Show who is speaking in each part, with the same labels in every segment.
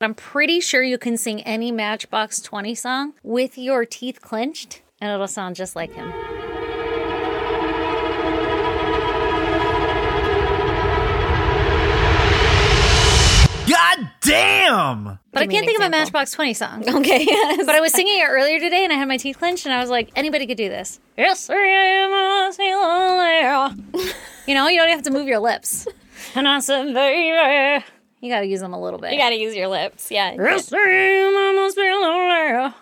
Speaker 1: I'm pretty sure you can sing any Matchbox 20 song with your teeth clenched, and it'll sound just like him.
Speaker 2: God damn!
Speaker 1: But I
Speaker 3: Give me
Speaker 1: can't
Speaker 3: an
Speaker 1: think of a
Speaker 3: example.
Speaker 1: Matchbox 20 song.
Speaker 3: Okay. yes.
Speaker 1: But I was singing it earlier today and I had my teeth clenched and I was like, anybody could do this. Yes, I am a sailor. You know, you don't have to move your lips. And I said, baby. You gotta use them a little bit.
Speaker 3: you gotta use your lips. Yeah.
Speaker 1: yes, I am a sailor.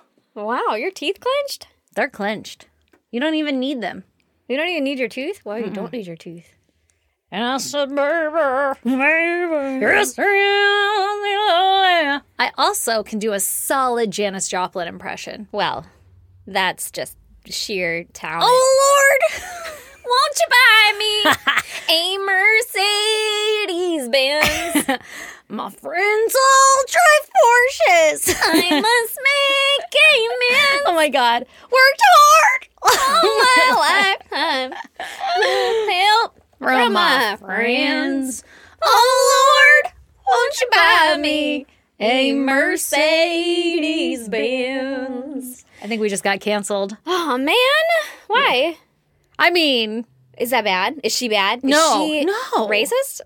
Speaker 3: Wow, your teeth clenched?
Speaker 1: They're clenched. You don't even need them.
Speaker 3: You don't even need your tooth? Well, you don't need your tooth.
Speaker 1: And I said, baby, baby. Yes, I am a sailor. I also can do a solid Janis Joplin impression.
Speaker 3: Well, that's just sheer talent.
Speaker 1: Oh, Lord!
Speaker 3: won't you buy me a Mercedes Benz?
Speaker 1: My friends all drive Porsches.
Speaker 3: I must make amends.
Speaker 1: Oh my god.
Speaker 3: Worked hard all my lifetime. With help from my friends.
Speaker 1: Oh Lord,
Speaker 3: Won't you buy me a Mercedes Benz?
Speaker 1: I think we just got canceled.
Speaker 3: Oh man, why?
Speaker 1: I mean,
Speaker 3: Is that bad? Is she bad? Is
Speaker 1: No.
Speaker 3: she
Speaker 1: No.
Speaker 3: racist.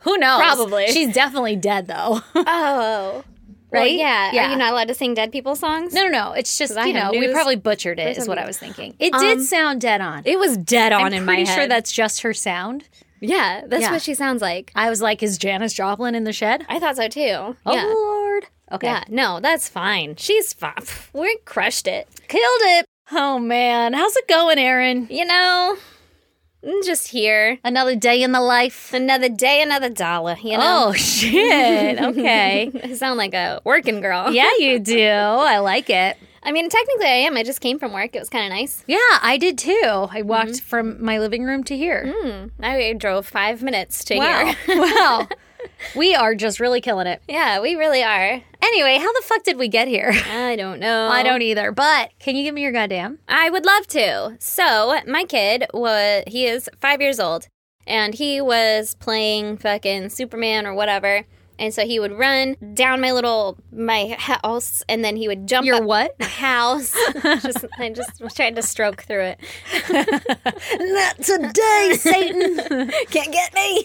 Speaker 1: who knows?
Speaker 3: Probably.
Speaker 1: She's definitely dead though. no,
Speaker 3: Oh, right.
Speaker 1: Right?
Speaker 3: yeah.
Speaker 1: Yeah.
Speaker 3: Are you not allowed to sing dead people songs?
Speaker 1: no, no. It's just,
Speaker 3: I
Speaker 1: you know,
Speaker 3: have
Speaker 1: we
Speaker 3: news
Speaker 1: probably butchered it is what I was thinking. It did sound dead on.
Speaker 3: It was dead on
Speaker 1: I'm
Speaker 3: in my
Speaker 1: pretty
Speaker 3: head.
Speaker 1: sure that's just her sound.
Speaker 3: yeah, that's
Speaker 1: Yeah.
Speaker 3: what she sounds like.
Speaker 1: I was like, is Janice Joplin in the shed?
Speaker 3: I thought so too. Yeah.
Speaker 1: Oh Lord. Okay.
Speaker 3: Yeah, no, that's fine. She's fine. We crushed it.
Speaker 1: Killed it. Oh man. How's it going, Aaron?
Speaker 3: You know, I'm just here.
Speaker 1: Another day in the life.
Speaker 3: Another day, another dollar, you know?
Speaker 1: Oh shit. Okay.
Speaker 3: I sound like a working girl.
Speaker 1: yeah, you do. I like it.
Speaker 3: I mean, technically I am. I just came from work. It was kind of nice.
Speaker 1: Yeah, I did too. I walked from my living room to here.
Speaker 3: I drove five minutes to
Speaker 1: Wow.
Speaker 3: here.
Speaker 1: wow. We are just really killing it.
Speaker 3: Yeah, we really are.
Speaker 1: Anyway, how the fuck did we get here?
Speaker 3: I don't know.
Speaker 1: I don't either, but can you give me your goddamn?
Speaker 3: I would love to. So, my kid was, he is five years old, and he was playing fucking Superman or whatever. And so he would run down my little my house, and then he would jump
Speaker 1: Your
Speaker 3: up
Speaker 1: what?
Speaker 3: my house. just, I just tried to stroke through it.
Speaker 1: Not today, Satan.
Speaker 3: Can't get me.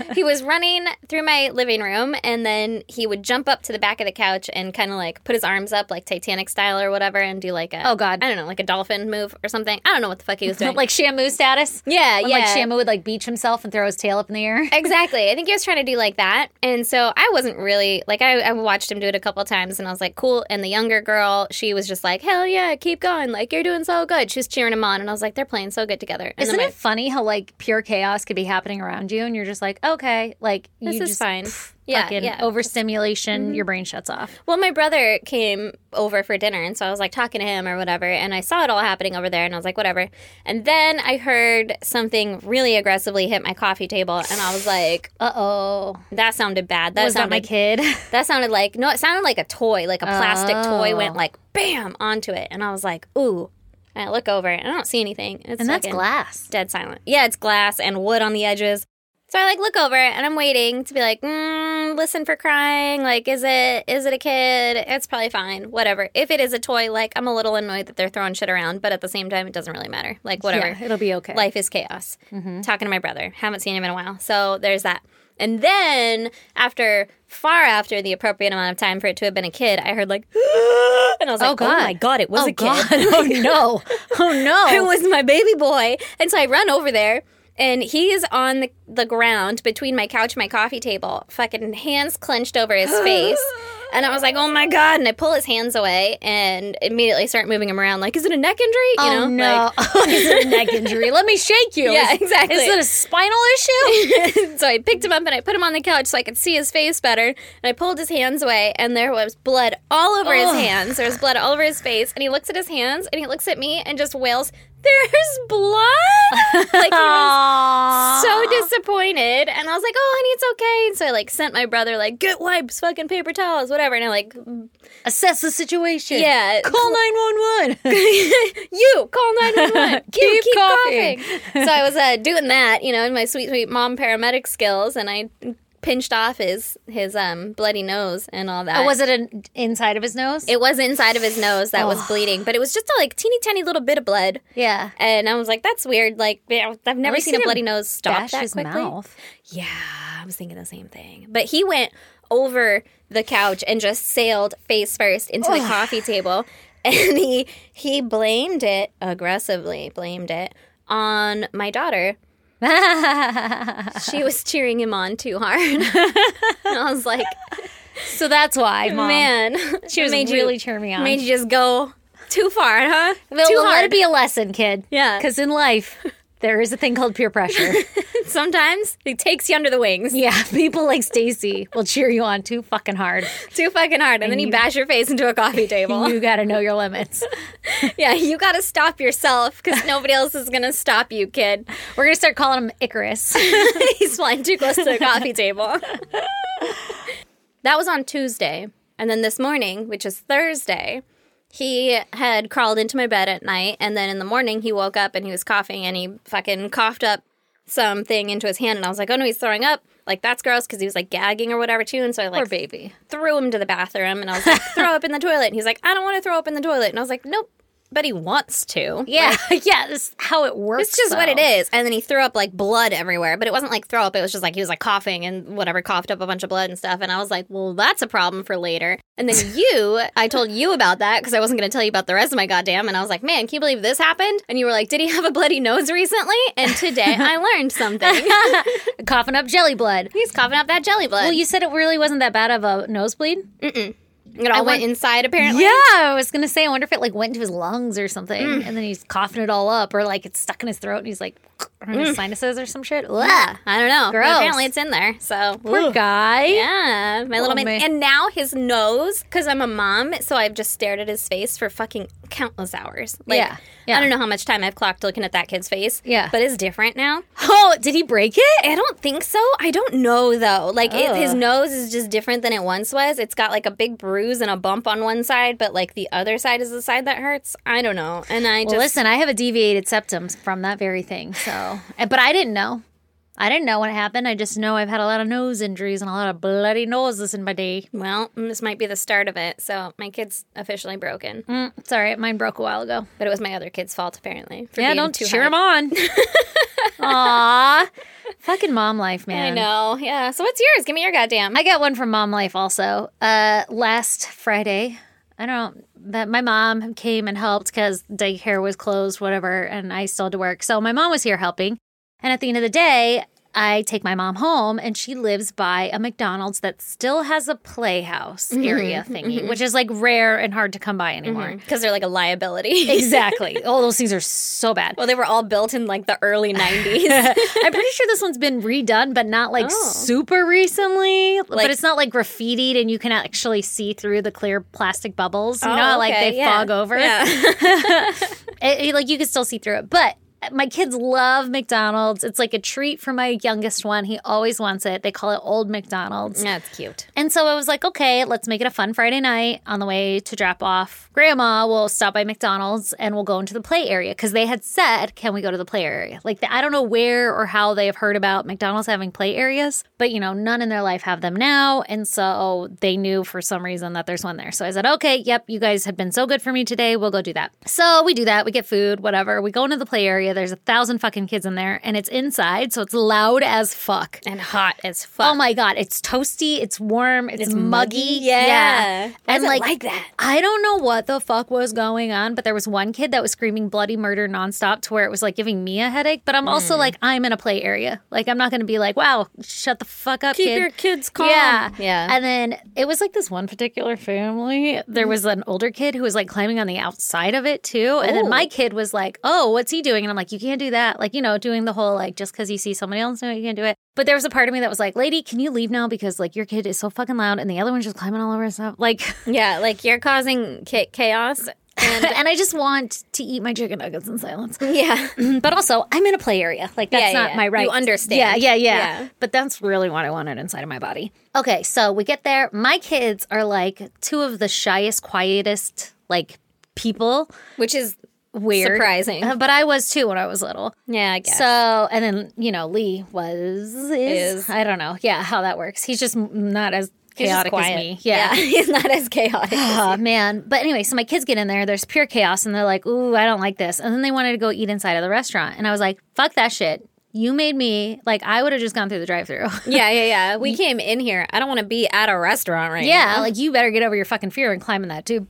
Speaker 3: he was running through my living room and then he would jump up to the back of the couch and kind of like put his arms up like Titanic style or whatever and do like a
Speaker 1: Oh, God.
Speaker 3: I don't know, like a dolphin move or something. I don't know what the fuck he was doing.
Speaker 1: like Shamu status?
Speaker 3: yeah,
Speaker 1: When,
Speaker 3: yeah.
Speaker 1: Like Shamu would like beach himself and throw his tail up in the air.
Speaker 3: Exactly. I think he was trying to do like that. And so I wasn't really like I, I watched him do it a couple times and I was like, cool. And the younger girl, she was just like, Hell yeah, keep going. Like you're doing so good. She was cheering him on and I was like, They're playing so good together. And
Speaker 1: Isn't
Speaker 3: then
Speaker 1: it funny how like pure chaos could be happening around you and you're just like, okay, like you
Speaker 3: This is
Speaker 1: just
Speaker 3: fine. Yeah,
Speaker 1: fucking
Speaker 3: yeah.
Speaker 1: overstimulation, your brain shuts off.
Speaker 3: Well, my brother came over for dinner, and so I was like talking to him or whatever, and I saw it all happening over there, and I was like, whatever. And then I heard something really aggressively hit my coffee table, and I was like,
Speaker 1: Uh oh.
Speaker 3: that sounded bad. That
Speaker 1: Was that
Speaker 3: sounded
Speaker 1: my kid?
Speaker 3: that sounded like no, it sounded like a toy, like a plastic toy
Speaker 1: Oh.
Speaker 3: went like bam onto it, and I was like, ooh. And I look over, and I don't see anything. It's
Speaker 1: And that's
Speaker 3: fucking-
Speaker 1: glass.
Speaker 3: dead silent. Yeah, it's glass and wood on the edges. So I like look over and I'm waiting to be like, mm, listen for crying. Like, is it is it a kid? It's probably fine. Whatever. If it is a toy, like I'm a little annoyed that they're throwing shit around, but at the same time, it doesn't really matter. Like whatever.
Speaker 1: Yeah, it'll be okay. Mm-hmm.
Speaker 3: Life is chaos. Talking to my brother. Haven't seen him in a while. So there's that. And then after far after the appropriate amount of time for it to have been a kid, I heard like, and I was like, oh,
Speaker 1: God.
Speaker 3: my god, it was
Speaker 1: oh
Speaker 3: a kid.
Speaker 1: god. oh no. Oh
Speaker 3: It
Speaker 1: no.
Speaker 3: was my baby boy. And so I run over there, and he is on the, the ground between my couch and my coffee table, fucking hands clenched over his face. And I was like, oh my God. And I pull his hands away and immediately start moving him around, like, is it a neck injury? You
Speaker 1: oh no.
Speaker 3: know?
Speaker 1: it's a neck injury. Let me shake you.
Speaker 3: Yeah,
Speaker 1: Is-
Speaker 3: exactly.
Speaker 1: Is it a spinal issue?
Speaker 3: Like, so I picked him up and I put him on the couch so I could see his face better. And I pulled his hands away, and there was blood all over his hands. There was blood all over his face. And he looks at his hands and he looks at me and just wails, there's blood. like, he was
Speaker 1: Aww.
Speaker 3: so disappointed and i was like oh honey it's okay and so i like sent my brother like get wipes fucking paper towels whatever and i like
Speaker 1: assess the situation.
Speaker 3: yeah
Speaker 1: Call 911.
Speaker 3: you call 911 you
Speaker 1: Keep
Speaker 3: keep
Speaker 1: coughing.
Speaker 3: coughing so i was uh, doing that you know in my sweet sweet mom paramedic skills and i pinched off his his um bloody nose and all that.
Speaker 1: Oh, was it an inside of his nose?
Speaker 3: It was inside of his nose that
Speaker 1: Oh.
Speaker 3: was bleeding, but it was just a like teeny tiny little bit of blood.
Speaker 1: yeah.
Speaker 3: And I was like, "That's weird. Like, I've never
Speaker 1: you
Speaker 3: seen,
Speaker 1: seen
Speaker 3: a
Speaker 1: him
Speaker 3: bloody nose stop
Speaker 1: Bash
Speaker 3: that
Speaker 1: his
Speaker 3: quickly."
Speaker 1: mouth.
Speaker 3: Yeah, I was thinking the same thing. But he went over the couch and just sailed face first into the coffee table, and he he blamed it aggressively, blamed it on my daughter. she was cheering him on too hard. and I was like,
Speaker 1: So that's why, Mom.
Speaker 3: man,
Speaker 1: she was
Speaker 3: made you-
Speaker 1: really cheering me on.
Speaker 3: made you just go too far, huh?
Speaker 1: Well,
Speaker 3: too
Speaker 1: let it be a lesson, kid.
Speaker 3: Yeah.
Speaker 1: Because in life, there is a thing called peer pressure.
Speaker 3: Sometimes it takes you under the wings
Speaker 1: yeah. People like Stacy will cheer you on too fucking hard.
Speaker 3: too fucking hard, and, then you,
Speaker 1: you-
Speaker 3: bash your face into a coffee table.
Speaker 1: You got to know your limits.
Speaker 3: Yeah, you got to stop yourself because nobody else is going to stop you, kid.
Speaker 1: We're going to start calling him Icarus.
Speaker 3: He's flying too close to the coffee table. that was on Tuesday. And then this morning, which is Thursday, he had crawled into my bed at night. And then in the morning, he woke up and he was coughing and he fucking coughed up something into his hand. And I was like, oh no, he's throwing up. Like, that's gross because he was like gagging or whatever, too. And so I like
Speaker 1: Poor baby.
Speaker 3: threw him to the bathroom. And I was like, throw up in the toilet. And he's like, I don't want to throw up in the toilet. And I was like, nope, but he wants to.
Speaker 1: Yeah. yeah. That's how it works.
Speaker 3: It's just what
Speaker 1: though.
Speaker 3: it is. And then he threw up like blood everywhere, but it wasn't like throw up. It was just like he was like coughing and whatever, coughed up a bunch of blood and stuff. And I was like, well, that's a problem for later. And then you, I told you about that because I wasn't going to tell you about the rest of my goddamn. And I was like, man, can you believe this happened? And you were like, did he have a bloody nose recently? And today I learned something.
Speaker 1: Coughing up jelly blood.
Speaker 3: He's coughing up that jelly blood.
Speaker 1: Well, you said it really wasn't that bad of a nosebleed.
Speaker 3: it all
Speaker 1: I
Speaker 3: went
Speaker 1: went-
Speaker 3: inside apparently.
Speaker 1: Yeah, I was gonna say, I wonder if it like went into his lungs or something,
Speaker 3: Mm.
Speaker 1: and then he's coughing it all up, or like it's stuck in his throat, and he's like or in
Speaker 3: Mm.
Speaker 1: his sinuses or some shit.
Speaker 3: Yeah, I don't know. But
Speaker 1: Gross.
Speaker 3: Apparently it's in there. So
Speaker 1: Poor guy.
Speaker 3: Yeah, my little
Speaker 1: Oh,
Speaker 3: man.
Speaker 1: man.
Speaker 3: And now his nose, because I'm a mom, so I've just stared at his face for fucking countless hours. Like,
Speaker 1: Yeah, yeah.
Speaker 3: I don't know how much time I've clocked looking at that kid's face.
Speaker 1: Yeah.
Speaker 3: But it's different now.
Speaker 1: Oh, did he break it?
Speaker 3: I don't think so. I don't know though. Like it,
Speaker 1: Ugh.
Speaker 3: his nose is just different than it once was. It's got like a big bruise and a bump on one side, but like the other side is the side that hurts. I don't know. And I
Speaker 1: Well,
Speaker 3: just
Speaker 1: listen, I have a deviated septum from that very thing, so and- but I didn't know. I didn't know what happened. I just know I've had a lot of nose injuries and a lot of bloody noses in my day.
Speaker 3: well, this might be the start of it. So my kid's officially broken,
Speaker 1: Mm, it's all right. Mine broke a while ago.
Speaker 3: but it was my other kid's fault apparently. For
Speaker 1: Yeah,
Speaker 3: being
Speaker 1: don't
Speaker 3: too
Speaker 1: cheer
Speaker 3: hard.
Speaker 1: him on. Aw, fucking mom life,
Speaker 3: I
Speaker 1: man.
Speaker 3: know. Yeah. So what's yours? Give me your goddamn.
Speaker 1: I got one from Mom Life also. Uh, last Friday, I don't. That my mom came and helped because daycare was closed, whatever, and I still had to work. So my mom was here helping. And at the end of the day, I take my mom home, and she lives by a McDonald's that still has a playhouse area thingy, which is like rare and hard to come by anymore.
Speaker 3: because they're like a liability.
Speaker 1: Exactly. All those things are so bad.
Speaker 3: well, they were all built in like the early '90s.
Speaker 1: I'm pretty sure this one's been redone, but not like super recently.
Speaker 3: Oh. Like-
Speaker 1: but it's not like graffitied, and you can actually see through the clear plastic bubbles. You
Speaker 3: Oh,
Speaker 1: know, how, like
Speaker 3: okay,
Speaker 1: they
Speaker 3: yeah.
Speaker 1: fog over.
Speaker 3: yeah.
Speaker 1: It- it- like you can still see through it. But my kids love McDonald's. It's like a treat for my youngest one. He always wants it. They call it Old McDonald's.
Speaker 3: That's cute.
Speaker 1: And so I was like, okay, let's make it a fun Friday night. On the way to drop off grandma, we'll stop by McDonald's and we'll go into the play area because they had said, can we go to the play area? Like, I don't know where or how they have heard about McDonald's having play areas, but you know, none in their life have them now. And so they knew for some reason that there's one there. So I said, okay, yep, you guys have been so good for me today. We'll go do that. So we do that. We get food, whatever. We go into the play area. There's a thousand fucking kids in there and it's inside. So it's loud as fuck.
Speaker 3: And hot as
Speaker 1: Oh
Speaker 3: fuck.
Speaker 1: my god, it's toasty, it's warm, it's, muggy.
Speaker 3: Yeah. Why
Speaker 1: And
Speaker 3: is it
Speaker 1: like,
Speaker 3: like that?
Speaker 1: I don't know what the fuck was going on, but there was one kid that was screaming bloody murder nonstop to where it was like giving me a headache. But I'm
Speaker 3: Mm.
Speaker 1: also like, I'm in a play area. Like I'm not gonna be like, wow, shut the fuck up,
Speaker 3: Keep
Speaker 1: kid.
Speaker 3: your kids calm.
Speaker 1: Yeah.
Speaker 3: Yeah.
Speaker 1: And then it was like this one particular family. There was an older kid who was like climbing on the outside of it too. And
Speaker 3: Ooh.
Speaker 1: then my kid was like, oh, what's he doing? And I'm like, you can't do that. Like, you know, doing the whole like, just because you see somebody else, no, you can't do it. But there was a part of me that was like, lady, can you leave now? Because like your kid is so fucking loud and the other one's just climbing all over and stuff. Like,
Speaker 3: yeah, like you're causing ca- chaos.
Speaker 1: and I just want to eat my chicken nuggets in silence.
Speaker 3: Yeah.
Speaker 1: Mm-hmm. But also, I'm in a play area. Like that's
Speaker 3: Yeah, yeah,
Speaker 1: not
Speaker 3: yeah.
Speaker 1: my right.
Speaker 3: You understand.
Speaker 1: Yeah, yeah, yeah,
Speaker 3: Yeah.
Speaker 1: But that's really what I wanted inside of my body. Okay, so we get there. My kids are like two of the shyest, quietest, like people.
Speaker 3: Which is
Speaker 1: weird.
Speaker 3: Surprising.
Speaker 1: Uh, But I was too when I was little.
Speaker 3: Yeah, I guess.
Speaker 1: So, and then, you know, Lee was, is,
Speaker 3: Is.
Speaker 1: I don't know. Yeah, how that works. He's just m- not as
Speaker 3: He's just
Speaker 1: chaotic as
Speaker 3: quiet.
Speaker 1: me.
Speaker 3: yeah.
Speaker 1: Yeah.
Speaker 3: He's not as chaotic.
Speaker 1: Oh man. But anyway, so my kids get in there, there's pure chaos, and they're like, ooh, I don't like this. And then they wanted to go eat inside of the restaurant. And I was like, fuck that shit. You made me, like, I would have just gone through the drive through.
Speaker 3: yeah, yeah, yeah. We came in here. I don't want to be at a restaurant right now.
Speaker 1: yeah, like, you better get over your fucking fear and climb in that tube.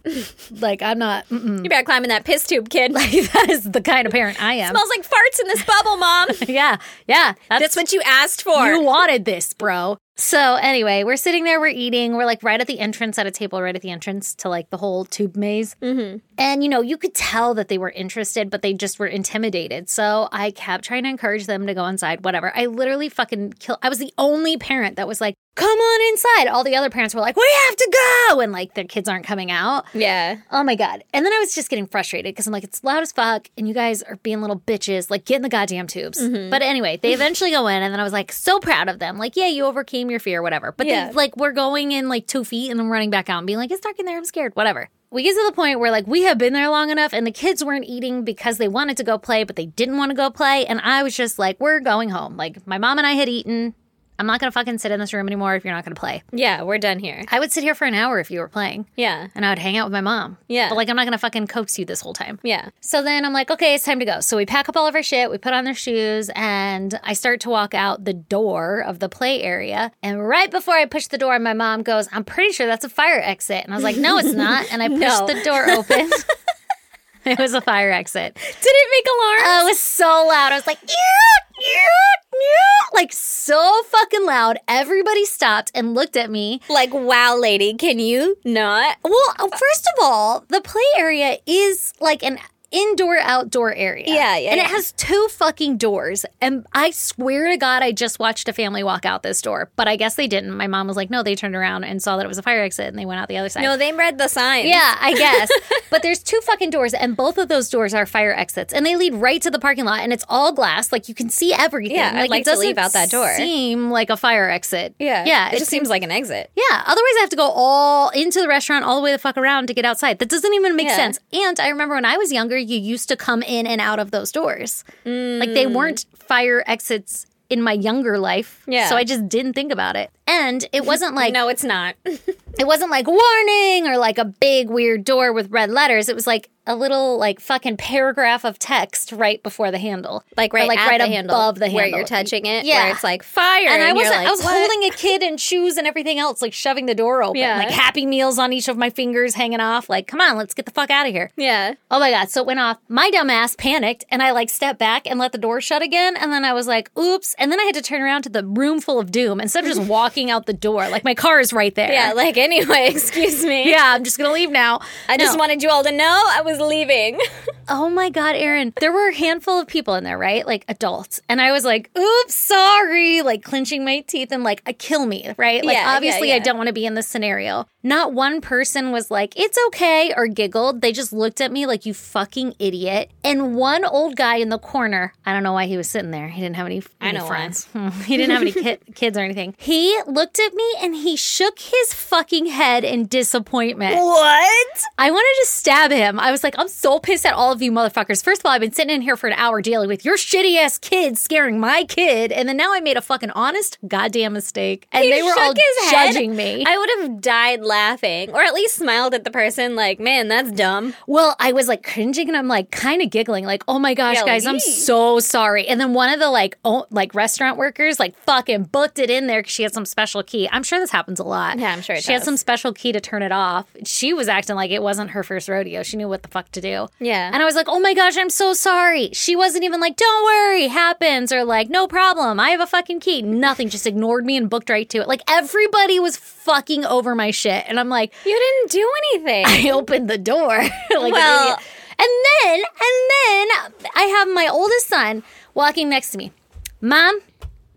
Speaker 1: like, I'm not, mm-mm.
Speaker 3: You better climb in that piss tube, kid.
Speaker 1: that is the kind of parent I am.
Speaker 3: smells like farts in this bubble, mom.
Speaker 1: Yeah, yeah.
Speaker 3: That's what you asked for.
Speaker 1: You wanted this, bro. So anyway, we're sitting there, we're eating, we're like right at the entrance at a table, right at the entrance to like the whole tube maze. Mm-hmm. And you know, you could tell that they were interested, but they just were intimidated. So I kept trying to encourage them to go inside. Whatever. I literally fucking kill. I was the only parent that was like, "Come on inside." All the other parents were like, "We have to go," and like their kids aren't coming out.
Speaker 3: yeah.
Speaker 1: Oh my god! And then I was just getting frustrated because I'm like, it's loud as fuck, and you guys are being little bitches. Like, get in the goddamn tubes. But anyway, they eventually go in, and then I was like, so proud of them. Like, yeah, you overcame your fear, whatever. But
Speaker 3: Yeah.
Speaker 1: they like we're going in like two feet and then running back out and being like, it's dark in there, I'm scared, whatever. We get to the point where like we have been there long enough, and the kids weren't eating because they wanted to go play, but they didn't want to go play, and I was just like, we're going home. Like my mom and I had eaten. I'm not gonna fucking sit in this room anymore if you're not gonna play.
Speaker 3: Yeah, we're done here.
Speaker 1: I would sit here for an hour if you were playing
Speaker 3: Yeah.
Speaker 1: and I would hang out with my mom.
Speaker 3: Yeah.
Speaker 1: But like, I'm not going to fucking coax you this whole time.
Speaker 3: Yeah.
Speaker 1: So then I'm like, okay, it's time to go. So we pack up all of our shit, we put on their shoes, and I start to walk out the door of the play area. And right before I push the door, my mom goes, I'm pretty sure that's a fire exit. And I was like, no, it's not. And I pushed
Speaker 3: No.
Speaker 1: the door open. it was a fire exit.
Speaker 3: Did it make
Speaker 1: Oh, it was so loud. I was like, "Ew, ew, ew," like so fucking loud. Everybody stopped and looked at me.
Speaker 3: Like, wow, lady, can you not?
Speaker 1: Well, uh, first of all, the play area is like an indoor outdoor area.
Speaker 3: Yeah, yeah,
Speaker 1: And
Speaker 3: yeah.
Speaker 1: it has two fucking doors. And I swear to God, I just watched a family walk out this door, but I guess they didn't. My mom was like, no, they turned around and saw that it was a fire exit and they went out the other side.
Speaker 3: No, they read the sign.
Speaker 1: yeah, I guess. but there's two fucking doors, and both of those doors are fire exits, and they lead right to the parking lot, and it's all glass. Like you can see everything.
Speaker 3: Yeah, I'd
Speaker 1: like,
Speaker 3: like
Speaker 1: it
Speaker 3: to leave
Speaker 1: doesn't
Speaker 3: out that door.
Speaker 1: Seem like a fire exit.
Speaker 3: Yeah.
Speaker 1: yeah.
Speaker 3: It, just seems like an exit.
Speaker 1: Yeah. Otherwise, I have to go all into the restaurant, all the way the fuck around to get outside. That doesn't even make
Speaker 3: Yeah.
Speaker 1: sense. And I remember when I was younger, you used to come in and out of those doors. Like
Speaker 3: Mm.
Speaker 1: they weren't fire exits in my younger life.
Speaker 3: Yeah.
Speaker 1: So I just didn't think about it. And it wasn't like,
Speaker 3: No, it's not.
Speaker 1: it wasn't like warning or like a big weird door with red letters. It was like a little like fucking paragraph of text right before the handle.
Speaker 3: Like right,
Speaker 1: Or, like
Speaker 3: at
Speaker 1: right
Speaker 3: the handle,
Speaker 1: above the
Speaker 3: where
Speaker 1: handle.
Speaker 3: you're touching it.
Speaker 1: Yeah.
Speaker 3: where it's like fire,
Speaker 1: and, I
Speaker 3: you're
Speaker 1: wasn't.
Speaker 3: like,
Speaker 1: I was
Speaker 3: what?
Speaker 1: holding a kid and shoes and everything else, like shoving the door open,
Speaker 3: Yeah.
Speaker 1: like Happy Meals on each of my fingers hanging off. Like, come on, let's get the fuck out of here.
Speaker 3: Yeah,
Speaker 1: Oh my god! So it went off. My dumb ass panicked, and I like stepped back and let the door shut again. And then I was like, "Oops!" And then I had to turn around to the room full of doom instead of just walking out the door. Like my car is right there.
Speaker 3: yeah. Like anyway, excuse me.
Speaker 1: yeah. I'm just gonna leave now.
Speaker 3: I just
Speaker 1: No.
Speaker 3: wanted you all to know I was leaving.
Speaker 1: Oh my God, Aaron. There were a handful of people in there, right? Like adults. And I was like, oops, sorry, like clenching my teeth and like, uh, kill me, right? Like,
Speaker 3: Yeah, yeah,
Speaker 1: obviously, I
Speaker 3: yeah.
Speaker 1: don't want to be in this scenario. Not one person was like, it's okay or giggled. They just looked at me like, you fucking idiot. And one old guy in the corner, I don't know why he was sitting there. He didn't have any, any
Speaker 3: know why.
Speaker 1: friends. Hmm. He didn't have any ki- kids or anything. He looked at me and he shook his fucking head in disappointment.
Speaker 3: What?
Speaker 1: I wanted to stab him. I was like, I'm so pissed at all of you motherfuckers. First of all, I've been sitting in here for an hour dealing with your shitty ass kid scaring my kid, and then now I made a fucking honest goddamn mistake. And
Speaker 3: He
Speaker 1: they were
Speaker 3: shook
Speaker 1: all
Speaker 3: his head.
Speaker 1: judging me.
Speaker 3: I would have died laughing, or at least smiled at the person. Like, man, that's dumb.
Speaker 1: well, I was like cringing and I'm like kind of giggling, like, oh my gosh,
Speaker 3: Yeah,
Speaker 1: guys, I'm
Speaker 3: like, "Ee."
Speaker 1: so sorry. And then one of the like oh, like restaurant workers like fucking booked it in there because she had some special key. I'm sure this happens a lot.
Speaker 3: Yeah, I'm sure it
Speaker 1: she had
Speaker 3: does.
Speaker 1: some special key to turn it off. She was acting like it wasn't her first rodeo. She knew what the fuck to do.
Speaker 3: Yeah.
Speaker 1: And I was like, oh my gosh, I'm so sorry. She wasn't even like, don't worry, happens, or like, no problem, I have a fucking key. Nothing, just ignored me and booked right to it. Like, everybody was fucking over my shit. And I'm like,
Speaker 3: You didn't do anything.
Speaker 1: I opened the door. like an
Speaker 3: Well-
Speaker 1: idiot. and then, and then I have my oldest son walking next to me. Mom,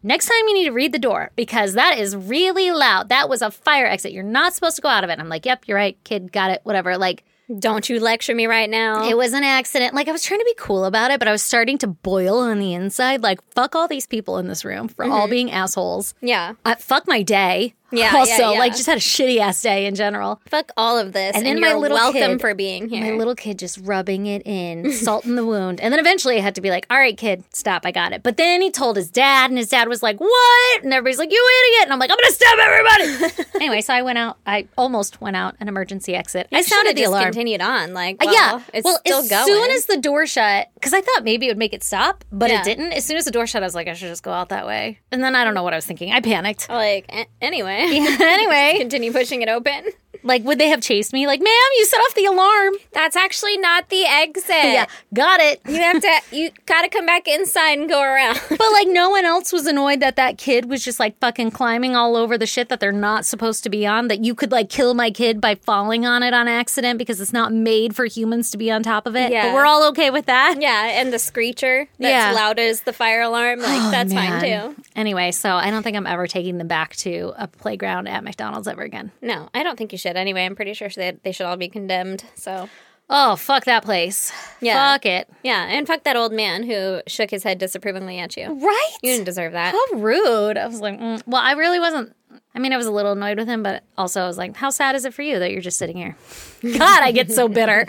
Speaker 1: next time you need to read the door because that is really loud. That was a fire exit. You're not supposed to go out of it. I'm like, yep, you're right, kid, got it, whatever. Like,
Speaker 3: Don't you lecture me right now.
Speaker 1: it was an accident. Like I was trying to be cool about it, but I was starting to boil on the inside. Like fuck all these people in this room for all being assholes.
Speaker 3: yeah.
Speaker 1: Uh, fuck my day.
Speaker 3: Mm-hmm. Yeah,
Speaker 1: also,
Speaker 3: yeah, yeah.
Speaker 1: like just had a shitty ass day in general.
Speaker 3: Fuck all of this.
Speaker 1: And
Speaker 3: And,
Speaker 1: then my
Speaker 3: you're
Speaker 1: little
Speaker 3: welcome
Speaker 1: kid-
Speaker 3: for being here.
Speaker 1: My little kid just rubbing it in, salt in the wound. And then eventually I had to be like, all right, kid, stop, I got it. But then he told his dad, and his dad was like, what? And everybody's like, you idiot. And I'm like, I'm going to stab everybody. anyway, so I went out. I almost went out an emergency exit. I
Speaker 3: You should've
Speaker 1: sounded the
Speaker 3: just
Speaker 1: alarm.
Speaker 3: Continued on, like
Speaker 1: Uh,
Speaker 3: well,
Speaker 1: yeah.
Speaker 3: it's
Speaker 1: well,
Speaker 3: still
Speaker 1: as
Speaker 3: going.
Speaker 1: soon as the door shut, because I thought maybe it would make it stop, but
Speaker 3: Yeah.
Speaker 1: it didn't. As soon as the door shut, I was like, I should just go out that way. And then I don't know what I was thinking. I panicked.
Speaker 3: like a- anyway,
Speaker 1: anyway,
Speaker 3: continue pushing it open.
Speaker 1: like, would they have chased me? Like, ma'am, you set off the alarm.
Speaker 3: That's actually not the exit.
Speaker 1: Yeah, got it.
Speaker 3: You have to. You gotta come back inside and go around.
Speaker 1: But like no one else was annoyed that that kid was just like fucking climbing all over the shit that they're not supposed to be on. That you could like kill my kid by falling on it on accident because it's not made for humans to be on top of it. But
Speaker 3: Yeah.
Speaker 1: we're all okay with that.
Speaker 3: yeah, and the screecher that's
Speaker 1: Yeah. Oh,
Speaker 3: loud as the fire alarm. Like that's fine
Speaker 1: Man.
Speaker 3: too.
Speaker 1: Anyway, so I don't think I'm ever taking them back to a playground at McDonald's ever again.
Speaker 3: No, I don't think you should. Anyway, I'm pretty sure they they should all be condemned. So
Speaker 1: Oh fuck that place.
Speaker 3: Yeah.
Speaker 1: Fuck it.
Speaker 3: yeah, and fuck that old man who shook his head disapprovingly at you.
Speaker 1: Right?
Speaker 3: You didn't deserve that.
Speaker 1: How rude. I was like, mm. well, I really wasn't. I mean, I was a little annoyed with him, but also I was like, how sad is it for you that you're just sitting here? God, I get so bitter.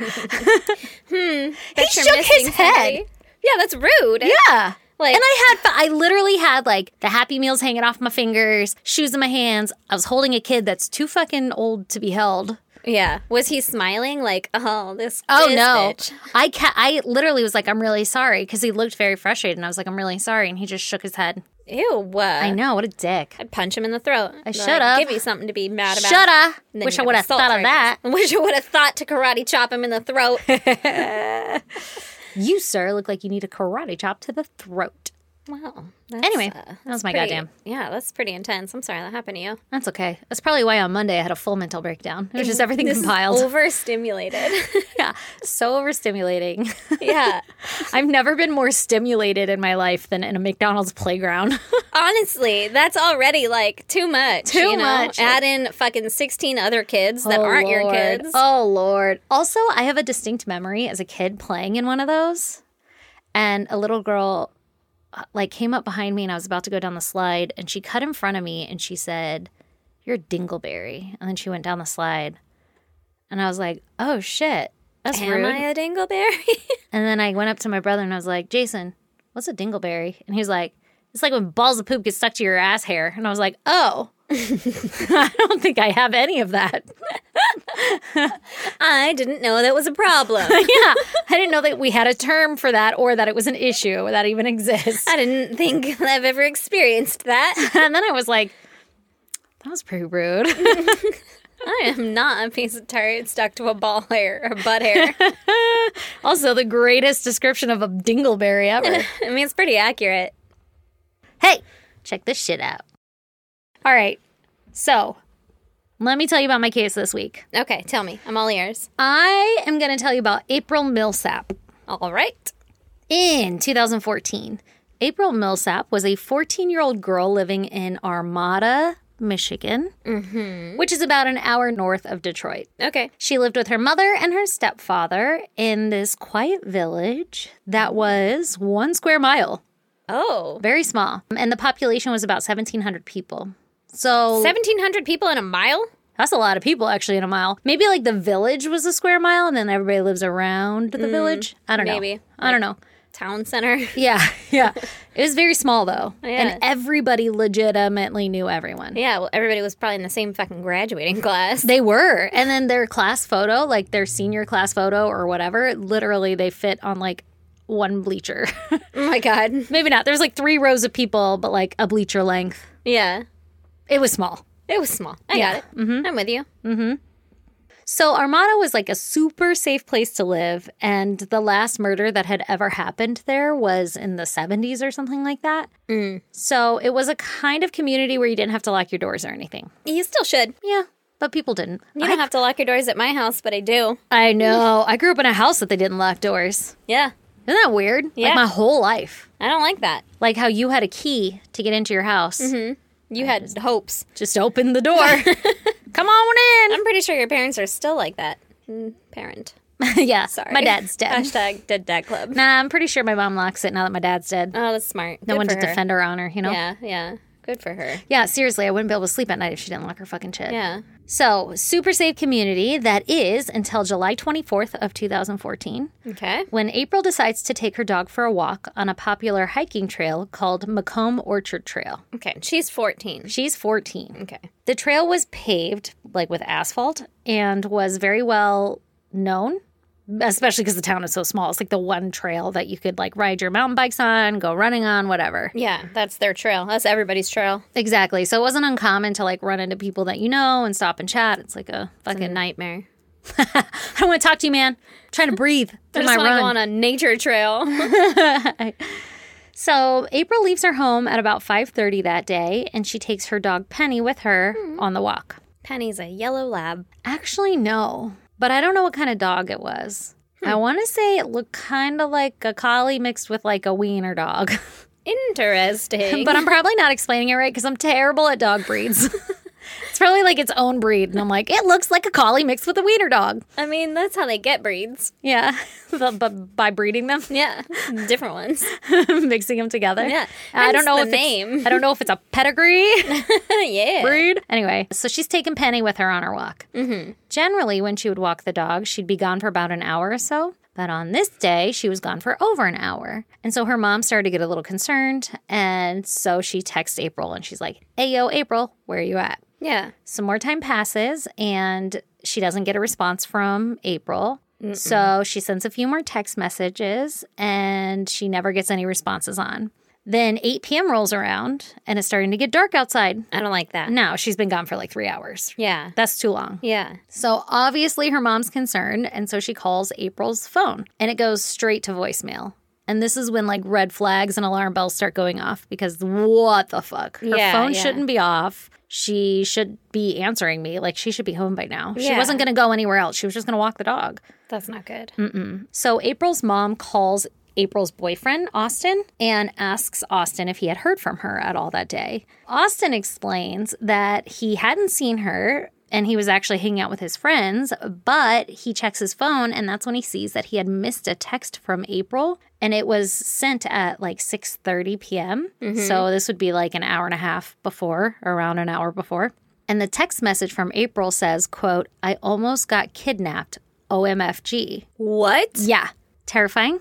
Speaker 1: He
Speaker 3: You're
Speaker 1: shook his
Speaker 3: missing
Speaker 1: head.
Speaker 3: somebody. Yeah, that's rude.
Speaker 1: Yeah.
Speaker 3: Like-
Speaker 1: and I had, I literally had like the Happy Meals hanging off my fingers, shoes in my hands. I was holding a kid that's too fucking old to be held.
Speaker 3: Yeah. Was he smiling? Like, oh, this.
Speaker 1: Oh
Speaker 3: this
Speaker 1: no!
Speaker 3: bitch.
Speaker 1: I ca- I literally was like, I'm really sorry because he looked very frustrated, and I was like, I'm really sorry, and he just shook his head.
Speaker 3: Ew.
Speaker 1: I
Speaker 3: I know.
Speaker 1: know what a dick.
Speaker 3: I'd punch him in the throat. I
Speaker 1: should've.
Speaker 3: Give you something to be mad about.
Speaker 1: Shoulda.
Speaker 3: And then
Speaker 1: Wish
Speaker 3: you
Speaker 1: I
Speaker 3: have
Speaker 1: would have
Speaker 3: assault
Speaker 1: thought of that.
Speaker 3: charges. Wish I would have thought to karate chop him in the throat.
Speaker 1: You sir look like you need a karate chop to the throat.
Speaker 3: wow. That's,
Speaker 1: Anyway,
Speaker 3: uh,
Speaker 1: that was my
Speaker 3: pretty-
Speaker 1: goddamn.
Speaker 3: Yeah, that's pretty intense. I'm sorry that happened to you.
Speaker 1: That's okay. That's probably why on Monday I had a full mental breakdown. It was just everything compiled.
Speaker 3: Overstimulated.
Speaker 1: yeah, so overstimulating.
Speaker 3: yeah.
Speaker 1: I've never been more stimulated in my life than in a McDonald's playground.
Speaker 3: Honestly, that's already like too much.
Speaker 1: Too
Speaker 3: you know?
Speaker 1: much.
Speaker 3: Add in fucking 16 other kids that
Speaker 1: Oh,
Speaker 3: aren't your
Speaker 1: Lord.
Speaker 3: kids.
Speaker 1: Oh lord. Also, I have a distinct memory as a kid playing in one of those, and a little girl uh, like came up behind me, and I was about to go down the slide, and she cut in front of me, and she said, "You're a dingleberry," and then she went down the slide, and I was like, "Oh shit, that's
Speaker 3: Am
Speaker 1: rude."
Speaker 3: I a dingleberry?
Speaker 1: And then I went up to my brother and I was like, Jason, what's a dingleberry? And he was like, it's like when balls of poop get stuck to your ass hair. And I was like, oh, I don't think I have any of that.
Speaker 3: I didn't know that was a problem.
Speaker 1: Yeah. I didn't know that we had a term for that or that it was an issue that even exists.
Speaker 3: I didn't think I've ever experienced that.
Speaker 1: And then I was like, that was pretty rude.
Speaker 3: I am not a piece of turd stuck to a ball hair or butt hair.
Speaker 1: also, the greatest description of a dingleberry ever.
Speaker 3: I mean, it's pretty accurate.
Speaker 1: hey, check this shit out. All right. So, let me tell you about my case this week.
Speaker 3: Okay, tell me. I'm all ears.
Speaker 1: I am going to tell you about April Millsap
Speaker 3: All right.
Speaker 1: in 2014. April Millsap was a 14 year old girl living in Armada, Michigan, which is about an hour north of Detroit.
Speaker 3: Okay.
Speaker 1: She lived with her mother and her stepfather in this quiet village that was one square mile,
Speaker 3: Oh.
Speaker 1: very small. And the population was about 1,700 people. So
Speaker 3: 1,700 people in a mile?
Speaker 1: That's a lot of people actually in a mile. Maybe like the village was a square mile and then everybody lives around the village. I don't know.
Speaker 3: maybe.
Speaker 1: I don't know.
Speaker 3: Town center?
Speaker 1: Yeah. Yeah. it was very small though.
Speaker 3: Yeah.
Speaker 1: And everybody legitimately knew everyone.
Speaker 3: Yeah, well, everybody was probably in the same fucking graduating class.
Speaker 1: They were. And then their class photo, like their senior class photo or whatever, literally they fit on like one bleacher.
Speaker 3: Oh my god.
Speaker 1: maybe not. There's like three rows of people, but like a bleacher length.
Speaker 3: Yeah.
Speaker 1: It was small.
Speaker 3: It was small. I
Speaker 1: Yeah.
Speaker 3: got it. Mm-hmm. I'm with you.
Speaker 1: So Armada was like a super safe place to live, and the last murder that had ever happened there was in the 70s or something like that. So it was a kind of community where you didn't have to lock your doors or anything.
Speaker 3: You still should.
Speaker 1: Yeah, but people didn't.
Speaker 3: You don't have to lock your doors at my house, but I do.
Speaker 1: I know. I grew up in a house that they didn't lock doors.
Speaker 3: Yeah.
Speaker 1: Isn't that weird?
Speaker 3: Yeah.
Speaker 1: Like my whole life.
Speaker 3: I don't like that.
Speaker 1: Like how you had a key to get into your house.
Speaker 3: Mm-hmm. You had hopes.
Speaker 1: Just open the door. Come on
Speaker 3: I'm pretty sure your parents are still like that. Mm, Parent.
Speaker 1: in. yeah.
Speaker 3: Sorry.
Speaker 1: My dad's dead.
Speaker 3: Hashtag dead dad club.
Speaker 1: nah, I'm pretty sure my mom locks it now that my dad's dead.
Speaker 3: Oh, that's smart.
Speaker 1: No
Speaker 3: Good
Speaker 1: one
Speaker 3: for
Speaker 1: to
Speaker 3: her.
Speaker 1: defend her honor, you know?
Speaker 3: Yeah, yeah. Good for her.
Speaker 1: Yeah, seriously, I wouldn't be able to sleep at night if she didn't lock her fucking shit.
Speaker 3: Yeah.
Speaker 1: So, super safe community that is until July 24th of 2014
Speaker 3: Okay.
Speaker 1: when April decides to take her dog for a walk on a popular hiking trail called Macomb Orchard Trail.
Speaker 3: Okay. She's 14.
Speaker 1: She's 14.
Speaker 3: Okay.
Speaker 1: The trail was paved, like with asphalt, and was very well known, especially because the town is so small. It's like the one trail that you could like ride your mountain bikes on, go running on, whatever.
Speaker 3: Yeah, that's their trail. That's everybody's trail.
Speaker 1: Exactly. So it wasn't uncommon to like run into people that you know and stop and chat. It's like a fucking night.
Speaker 3: Nightmare.
Speaker 1: I don't want to talk to you, man. I'm trying to breathe
Speaker 3: I
Speaker 1: through
Speaker 3: just
Speaker 1: my
Speaker 3: want to
Speaker 1: run.
Speaker 3: go on a nature trail.
Speaker 1: So April leaves her home at about 5:30 that day and she takes her dog Penny with her on the walk.
Speaker 3: Penny's a yellow lab.
Speaker 1: Hmm. Actually no, but I don't know what kind of dog it was. I want to say it looked kind of like a collie mixed with like a wiener dog.
Speaker 3: Interesting.
Speaker 1: but I'm probably not explaining it right cuz I'm terrible at dog breeds. it's probably like its own breed and I'm like it looks like a collie mixed with a wiener dog.
Speaker 3: I mean, that's how they get breeds.
Speaker 1: Yeah. but, but by breeding them,
Speaker 3: Yeah, different ones.
Speaker 1: mixing them together.
Speaker 3: Yeah.
Speaker 1: I don't
Speaker 3: Hence
Speaker 1: know
Speaker 3: the
Speaker 1: if
Speaker 3: name.
Speaker 1: It's, I don't know if it's a pedigree.
Speaker 3: yeah.
Speaker 1: Rude. Anyway, so she's taking Penny with her on her walk. Mm-hmm. Generally, when she would walk the dog, she'd be gone for about an hour or so. But on this day, she was gone for over an hour. And so her mom started to get a little concerned. And so she texts April and she's like, Hey, yo, April, where are you at?
Speaker 3: Yeah.
Speaker 1: Some more time passes and she doesn't get a response from April. So she sends a few more text messages and she never gets any responses on. Then 8 p.m. rolls around and it's starting to get dark outside.
Speaker 3: I don't like that.
Speaker 1: No, she's been gone for like three hours.
Speaker 3: Yeah.
Speaker 1: That's too long.
Speaker 3: Yeah.
Speaker 1: So obviously her mom's concerned. And so she calls April's phone and it goes straight to voicemail. And this is when like red flags and alarm bells start going off because what the fuck? Her
Speaker 3: Yeah,
Speaker 1: phone
Speaker 3: yeah.
Speaker 1: shouldn't be off. She should be answering me. Like she should be home by now. She
Speaker 3: Yeah.
Speaker 1: wasn't going to go anywhere else. She was just going to walk the dog.
Speaker 3: That's not good.
Speaker 1: So April's mom calls April's boyfriend, Austin, and asks Austin if he had heard from her at all that day. Austin explains that he hadn't seen her and he was actually hanging out with his friends, but he checks his phone and that's when he sees that he had missed a text from April and it was sent at like 6:30 p.m. So this would be like an hour and a half before, around an hour before. And the text message from April says, quote, I almost got kidnapped. OMFG.
Speaker 3: What?
Speaker 1: Yeah, terrifying.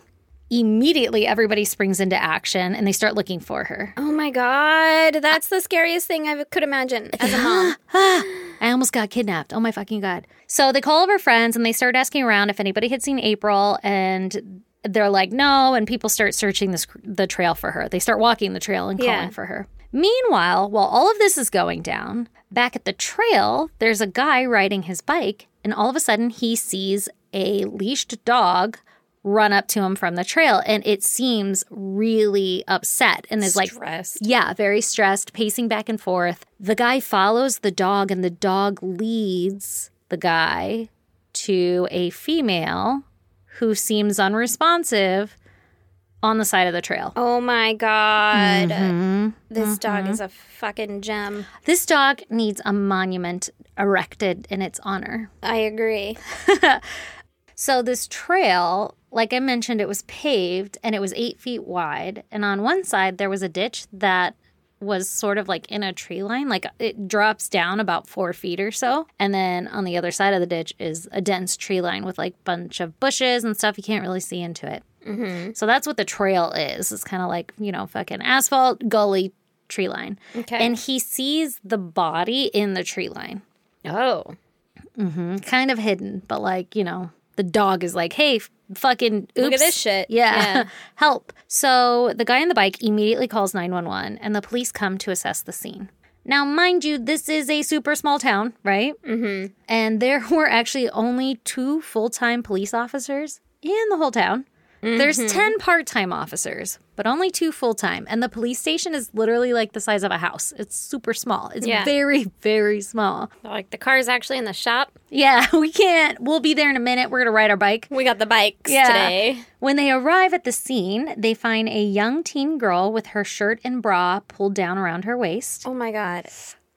Speaker 1: Immediately, everybody springs into action and they start looking for her.
Speaker 3: Oh my god, that's the scariest thing I could imagine as a mom.
Speaker 1: I almost got kidnapped. Oh my fucking God. So they call over friends and they start asking around if anybody had seen April and they're like, no. And people start searching the, sc- the trail for her. They start walking the trail and calling
Speaker 3: Yeah.
Speaker 1: for her. Meanwhile, while all of this is going down, back at the trail, there's a guy riding his bike and all of a sudden he sees a leashed dog run up to him from the trail and it seems really upset and is like
Speaker 3: Stressed.
Speaker 1: Yeah, very stressed, pacing back and forth. The guy follows the dog, and the dog leads the guy to a female who seems unresponsive on the side of the trail. Mm-hmm.
Speaker 3: Oh my god. This dog is a fucking gem.
Speaker 1: This dog needs a monument erected in its honor.
Speaker 3: I agree.
Speaker 1: So, this trail, like I mentioned, it was paved and it was eight feet wide. And on one side, there was a ditch that was sort of like in a tree line, like it drops down about four feet or so. And then on the other side of the ditch is a dense tree line with like bunch of bushes and stuff. You can't really see into it. So, that's what the trail is. It's kind of like, you know, fucking asphalt, gully, tree line.
Speaker 3: Okay.
Speaker 1: And he sees the body in the tree line
Speaker 3: Oh.
Speaker 1: kind of hidden, but like, you know, the dog is like, hey, f- fucking oops.
Speaker 3: Look at this shit.
Speaker 1: Yeah.
Speaker 3: Yeah.
Speaker 1: Help. So the guy on the bike immediately calls 911 and the police come to assess the scene. Now, mind you, this is a super small town, right? Mm-hmm. And there were actually only two full time police officers in the whole town.
Speaker 3: Mm-hmm.
Speaker 1: There's 10 part time officers, but only two full time. And the police station is literally like the size of a house. It's super small. It's
Speaker 3: Yeah.
Speaker 1: very, very small.
Speaker 3: Like the car's actually in the shop.
Speaker 1: Yeah, we can't. We'll be there in a minute. We're going to ride our bike.
Speaker 3: We got the bikes
Speaker 1: Yeah.
Speaker 3: today.
Speaker 1: When they arrive at the scene, they find a young teen girl with her shirt and bra pulled down around her waist.
Speaker 3: Oh my god.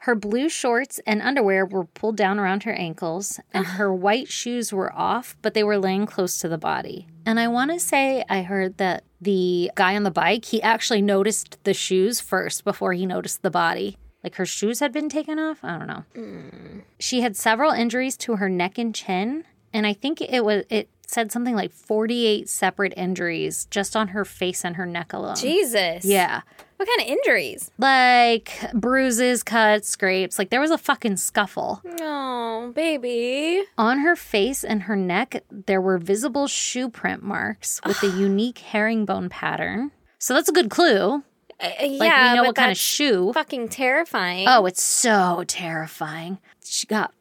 Speaker 1: Her blue shorts and underwear were pulled down around her ankles, and her white shoes were off, but they were laying close to the body. And I want to say I heard that the guy on the bike, he actually noticed the shoes first before he noticed the body. Like her shoes had been taken off. I don't know. She had several injuries to her neck and chin, and I think it was it said something like 48 separate injuries just on her face and her neck alone.
Speaker 3: Jesus.
Speaker 1: Yeah.
Speaker 3: What kind of injuries?
Speaker 1: Like bruises, cuts, scrapes. Like there was a fucking scuffle.
Speaker 3: Oh, baby.
Speaker 1: On her face and her neck, there were visible shoe print marks with a unique herringbone pattern. So that's a good clue.
Speaker 3: Uh, yeah.
Speaker 1: Like we know
Speaker 3: but
Speaker 1: what kind of
Speaker 3: that's
Speaker 1: shoe.
Speaker 3: Fucking terrifying.
Speaker 1: oh, it's so terrifying. She got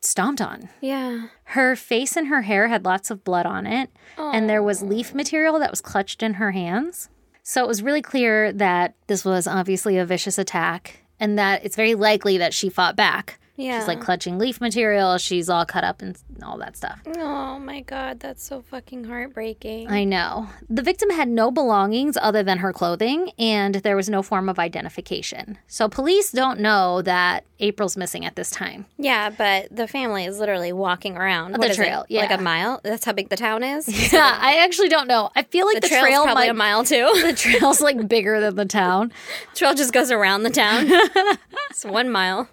Speaker 1: stomped on.
Speaker 3: Yeah.
Speaker 1: Her face and her hair had lots of blood on it, and there was leaf material that was clutched in her hands. So it was really clear that this was obviously a vicious attack and that it's very likely that she fought back.
Speaker 3: Yeah.
Speaker 1: She's like clutching leaf material, she's all cut up and all that stuff.
Speaker 3: Oh my god, that's so fucking heartbreaking.
Speaker 1: I know. The victim had no belongings other than her clothing, and there was no form of identification. So police don't know that April's missing at this time.
Speaker 3: yeah, but the family is literally walking around
Speaker 1: Oh, The
Speaker 3: What is it,
Speaker 1: trail,
Speaker 3: like
Speaker 1: yeah.
Speaker 3: a mile. That's how big the town is. the,
Speaker 1: Yeah, I actually don't know. I feel like the,
Speaker 3: trail's
Speaker 1: trail
Speaker 3: probably
Speaker 1: might.
Speaker 3: a mile too.
Speaker 1: the trail's like bigger than the town.
Speaker 3: trail just goes around the town. it's one mile.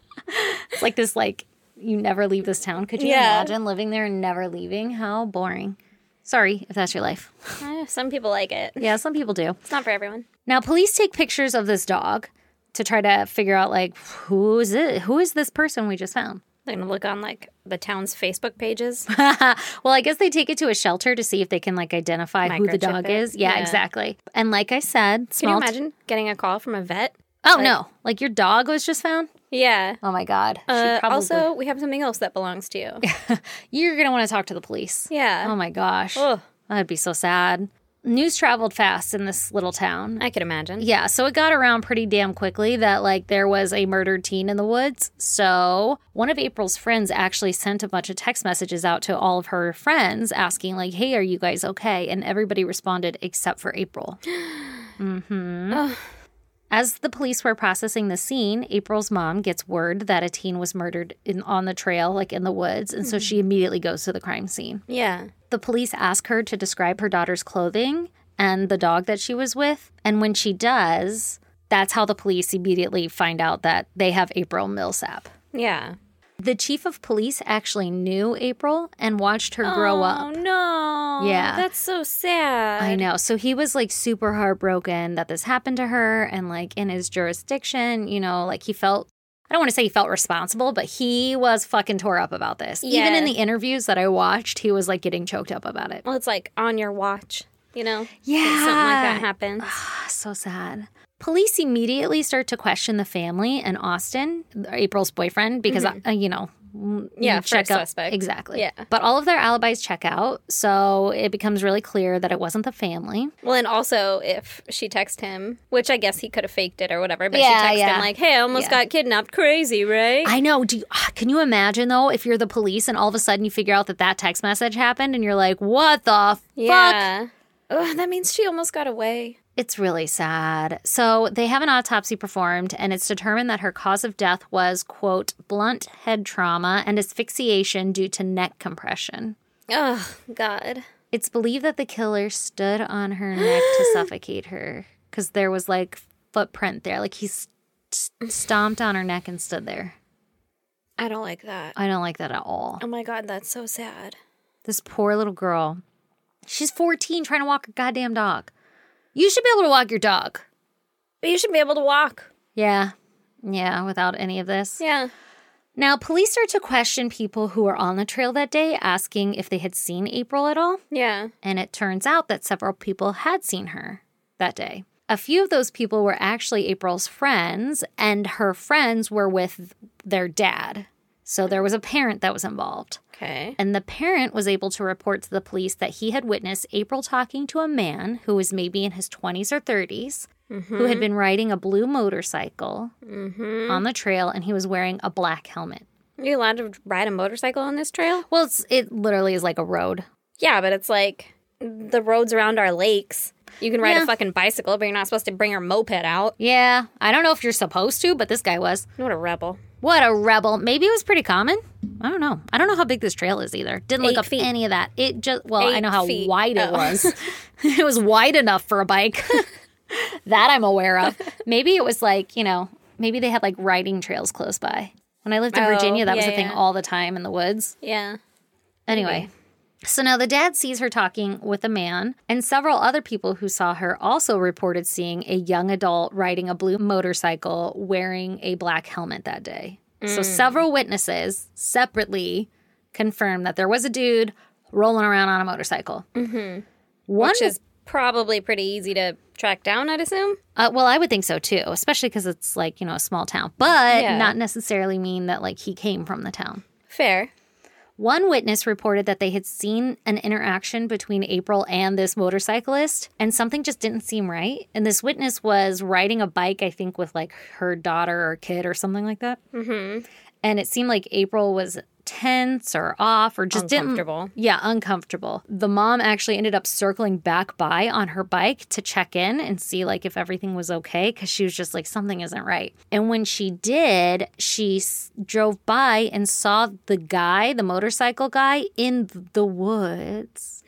Speaker 1: It's like this, like you never leave this town. Could you
Speaker 3: Yeah.
Speaker 1: imagine living there and never leaving? How boring. Sorry if that's your life.
Speaker 3: Eh, some people like it.
Speaker 1: Yeah, some people do.
Speaker 3: It's not for everyone.
Speaker 1: Now, police take pictures of this dog to try to figure out like who is it? Who is this person we just found?
Speaker 3: They're gonna look on like the town's Facebook pages.
Speaker 1: Well, I guess they take it to a shelter to see if they can like identify who the
Speaker 3: Microchip
Speaker 1: dog
Speaker 3: it.
Speaker 1: is. Yeah,
Speaker 3: Yeah.
Speaker 1: exactly. And like I said,
Speaker 3: Can you
Speaker 1: small.
Speaker 3: imagine getting a call from a vet?
Speaker 1: oh no, like your dog was just found.
Speaker 3: Yeah.
Speaker 1: Oh my god. She
Speaker 3: Uh,
Speaker 1: probably-
Speaker 3: also, we have something else that belongs to you.
Speaker 1: you're gonna want to talk to the police.
Speaker 3: Yeah.
Speaker 1: Oh my gosh.
Speaker 3: Ugh.
Speaker 1: That'd be so sad. News traveled fast in this little town.
Speaker 3: I could imagine.
Speaker 1: Yeah, so it got around pretty damn quickly that like there was a murdered teen in the woods. So one of April's friends actually sent a bunch of text messages out to all of her friends asking like, "Hey, are you guys okay?" And everybody responded except for April. hmm As the police were processing the scene, April's mom gets word that a teen was murdered in, on the trail, like in the woods, and so she immediately goes to the crime scene.
Speaker 3: Yeah.
Speaker 1: The police ask her to describe her daughter's clothing and the dog that she was with. And when she does, that's how the police immediately find out that they have April Millsap.
Speaker 3: Yeah.
Speaker 1: The chief of police actually knew April and watched her grow
Speaker 3: Oh
Speaker 1: up.
Speaker 3: no.
Speaker 1: Yeah.
Speaker 3: That's so sad.
Speaker 1: I know. So he was like super heartbroken that this happened to her and like in his jurisdiction, you know, like he felt I don't want to say he felt responsible, but he was fucking tore up about this. Even
Speaker 3: Yeah.
Speaker 1: in the interviews that I watched, he was like getting choked up about it.
Speaker 3: Well, it's like on your watch, you know?
Speaker 1: Yeah.
Speaker 3: That Something like that happens.
Speaker 1: So sad. Police immediately start to question the family and Austin, April's boyfriend, because, uh, you know, mm,
Speaker 3: Mm-hmm. Yeah,
Speaker 1: you check
Speaker 3: first
Speaker 1: out.
Speaker 3: suspect.
Speaker 1: Exactly.
Speaker 3: Yeah.
Speaker 1: But all of their alibis check out. So it becomes really clear that it wasn't the family.
Speaker 3: Well, and also if she texted him, which I guess he could have faked it or whatever, but
Speaker 1: Yeah,
Speaker 3: she texted
Speaker 1: yeah.
Speaker 3: him like, hey, I almost
Speaker 1: Yeah.
Speaker 3: got kidnapped. Crazy, right?
Speaker 1: I know. Do you, ah, Can you imagine, though, if you're the police and all of a sudden you figure out that that text message happened and you're like, what the fuck?
Speaker 3: yeah. Ugh, that means she almost got away.
Speaker 1: It's really sad. So they have an autopsy performed, and it's determined that her cause of death was, quote, blunt head trauma and asphyxiation due to neck compression.
Speaker 3: Oh, God.
Speaker 1: It's believed that the killer stood on her neck to suffocate her because there was like footprint there. Like he st- st- stomped on her neck and stood there.
Speaker 3: I don't like that.
Speaker 1: I don't like that at all.
Speaker 3: Oh, my God. That's so sad.
Speaker 1: This poor little girl. She's 14 trying to walk her goddamn dog. You should be able to walk your dog.
Speaker 3: But you should be able to walk.
Speaker 1: Yeah. Yeah, without any of this.
Speaker 3: Yeah.
Speaker 1: Now, police start to question people who were on the trail that day, asking if they had seen April at all.
Speaker 3: Yeah.
Speaker 1: And it turns out that several people had seen her that day. A few of those people were actually April's friends, and her friends were with their dad. So there was a parent that was involved.
Speaker 3: Okay.
Speaker 1: And the parent was able to report to the police that he had witnessed April talking to a man who was maybe in his 20s or 30s, who had been riding a blue motorcycle on the trail, and he was wearing a black helmet.
Speaker 3: Are you allowed to ride a motorcycle on this trail?
Speaker 1: Well, it's, it literally is like a road.
Speaker 3: Yeah, but it's like the roads around our lakes. You can ride
Speaker 1: Yeah.
Speaker 3: a fucking bicycle, but you're not supposed to bring your moped out.
Speaker 1: Yeah, I don't know if you're supposed to, but this guy was.
Speaker 3: What a rebel.
Speaker 1: What a rebel. Maybe it was pretty common. I don't know. I don't know how big this trail is either. Didn't look
Speaker 3: Eight
Speaker 1: up
Speaker 3: feet.
Speaker 1: any of that. It just well, I
Speaker 3: Eight
Speaker 1: know how
Speaker 3: feet.
Speaker 1: wide it
Speaker 3: Oh.
Speaker 1: was. it was wide enough for a bike. that I'm aware of. Maybe it was like, you know, maybe they had like riding trails close by. When I lived in
Speaker 3: Oh,
Speaker 1: Virginia, that was
Speaker 3: yeah,
Speaker 1: a thing
Speaker 3: yeah.
Speaker 1: all the time in the woods.
Speaker 3: Yeah.
Speaker 1: Anyway, so now the dad sees her talking with a man, and several other people who saw her also reported seeing a young adult riding a blue motorcycle wearing a black helmet that day. So
Speaker 3: Mm.
Speaker 1: several witnesses separately confirmed that there was a dude rolling around on a motorcycle. Mm-hmm. One,
Speaker 3: Which is probably pretty easy to track down, I'd assume.
Speaker 1: uh, well, I would think so too, especially because it's like you know a small town, but
Speaker 3: Yeah.
Speaker 1: not necessarily mean that like he came from the town.
Speaker 3: Fair.
Speaker 1: One witness reported that they had seen an interaction between April and this motorcyclist, and something just didn't seem right. And this witness was riding a bike, I think, with like her daughter or kid or something like that. Mm-hmm. And it seemed like April was tense or off or just
Speaker 3: Uncomfortable.
Speaker 1: didn't. Yeah, uncomfortable. The mom actually ended up circling back by on her bike to check in and see like if everything was okay because she was just like something isn't right. And when she did, she s- drove by and saw the guy, the motorcycle guy, in the woods,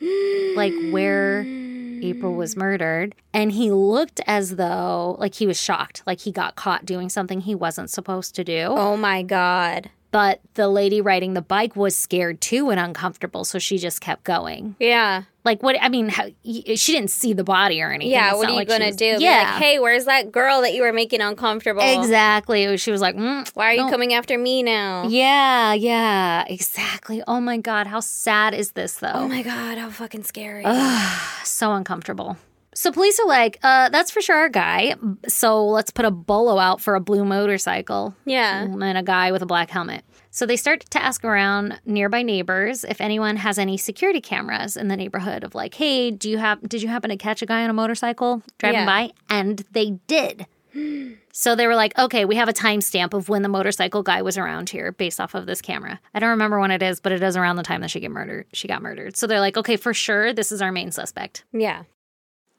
Speaker 1: like where April was murdered. And he looked as though like he was shocked, like he got caught doing something he wasn't supposed to do.
Speaker 3: Oh my God.
Speaker 1: But the lady riding the bike was scared too and uncomfortable, so she just kept going.
Speaker 3: Yeah.
Speaker 1: Like what? I mean, how, y- she didn't see the body or anything.
Speaker 3: Yeah.
Speaker 1: It's
Speaker 3: what
Speaker 1: not
Speaker 3: are you
Speaker 1: like she
Speaker 3: going to
Speaker 1: was-
Speaker 3: do? Be
Speaker 1: Yeah,
Speaker 3: Like, hey, where's that girl that you were making uncomfortable?
Speaker 1: exactly. She was like, mm,
Speaker 3: Why are you
Speaker 1: no.
Speaker 3: coming after me now?
Speaker 1: Yeah, yeah, exactly. Oh my god, how sad is this though?
Speaker 3: Oh my God. How fucking scary. Oh.
Speaker 1: so uncomfortable. So police are like, uh, that's for sure our guy. So let's put a bolo out for a blue motorcycle.
Speaker 3: Yeah.
Speaker 1: And a guy with a black helmet. So they start to ask around nearby neighbors if anyone has any security cameras in the neighborhood of like, hey, do you have did you happen to catch a guy on a motorcycle driving
Speaker 3: Yeah.
Speaker 1: by? And they did. So they were like, okay, we have a timestamp of when the motorcycle guy was around here based off of this camera. I don't remember when it is, but it is around the time that she get murdered. She got murdered. So they're like, okay, for sure, this is our main suspect.
Speaker 3: Yeah.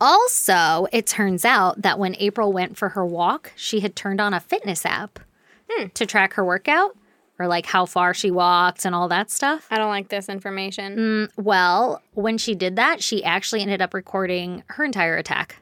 Speaker 1: Also, it turns out that when April went for her walk, she had turned on a fitness app to track her workout or like how far she walked and all that stuff.
Speaker 3: I don't like this information.
Speaker 1: Mm. Well, when she did that, she actually ended up recording her entire attack.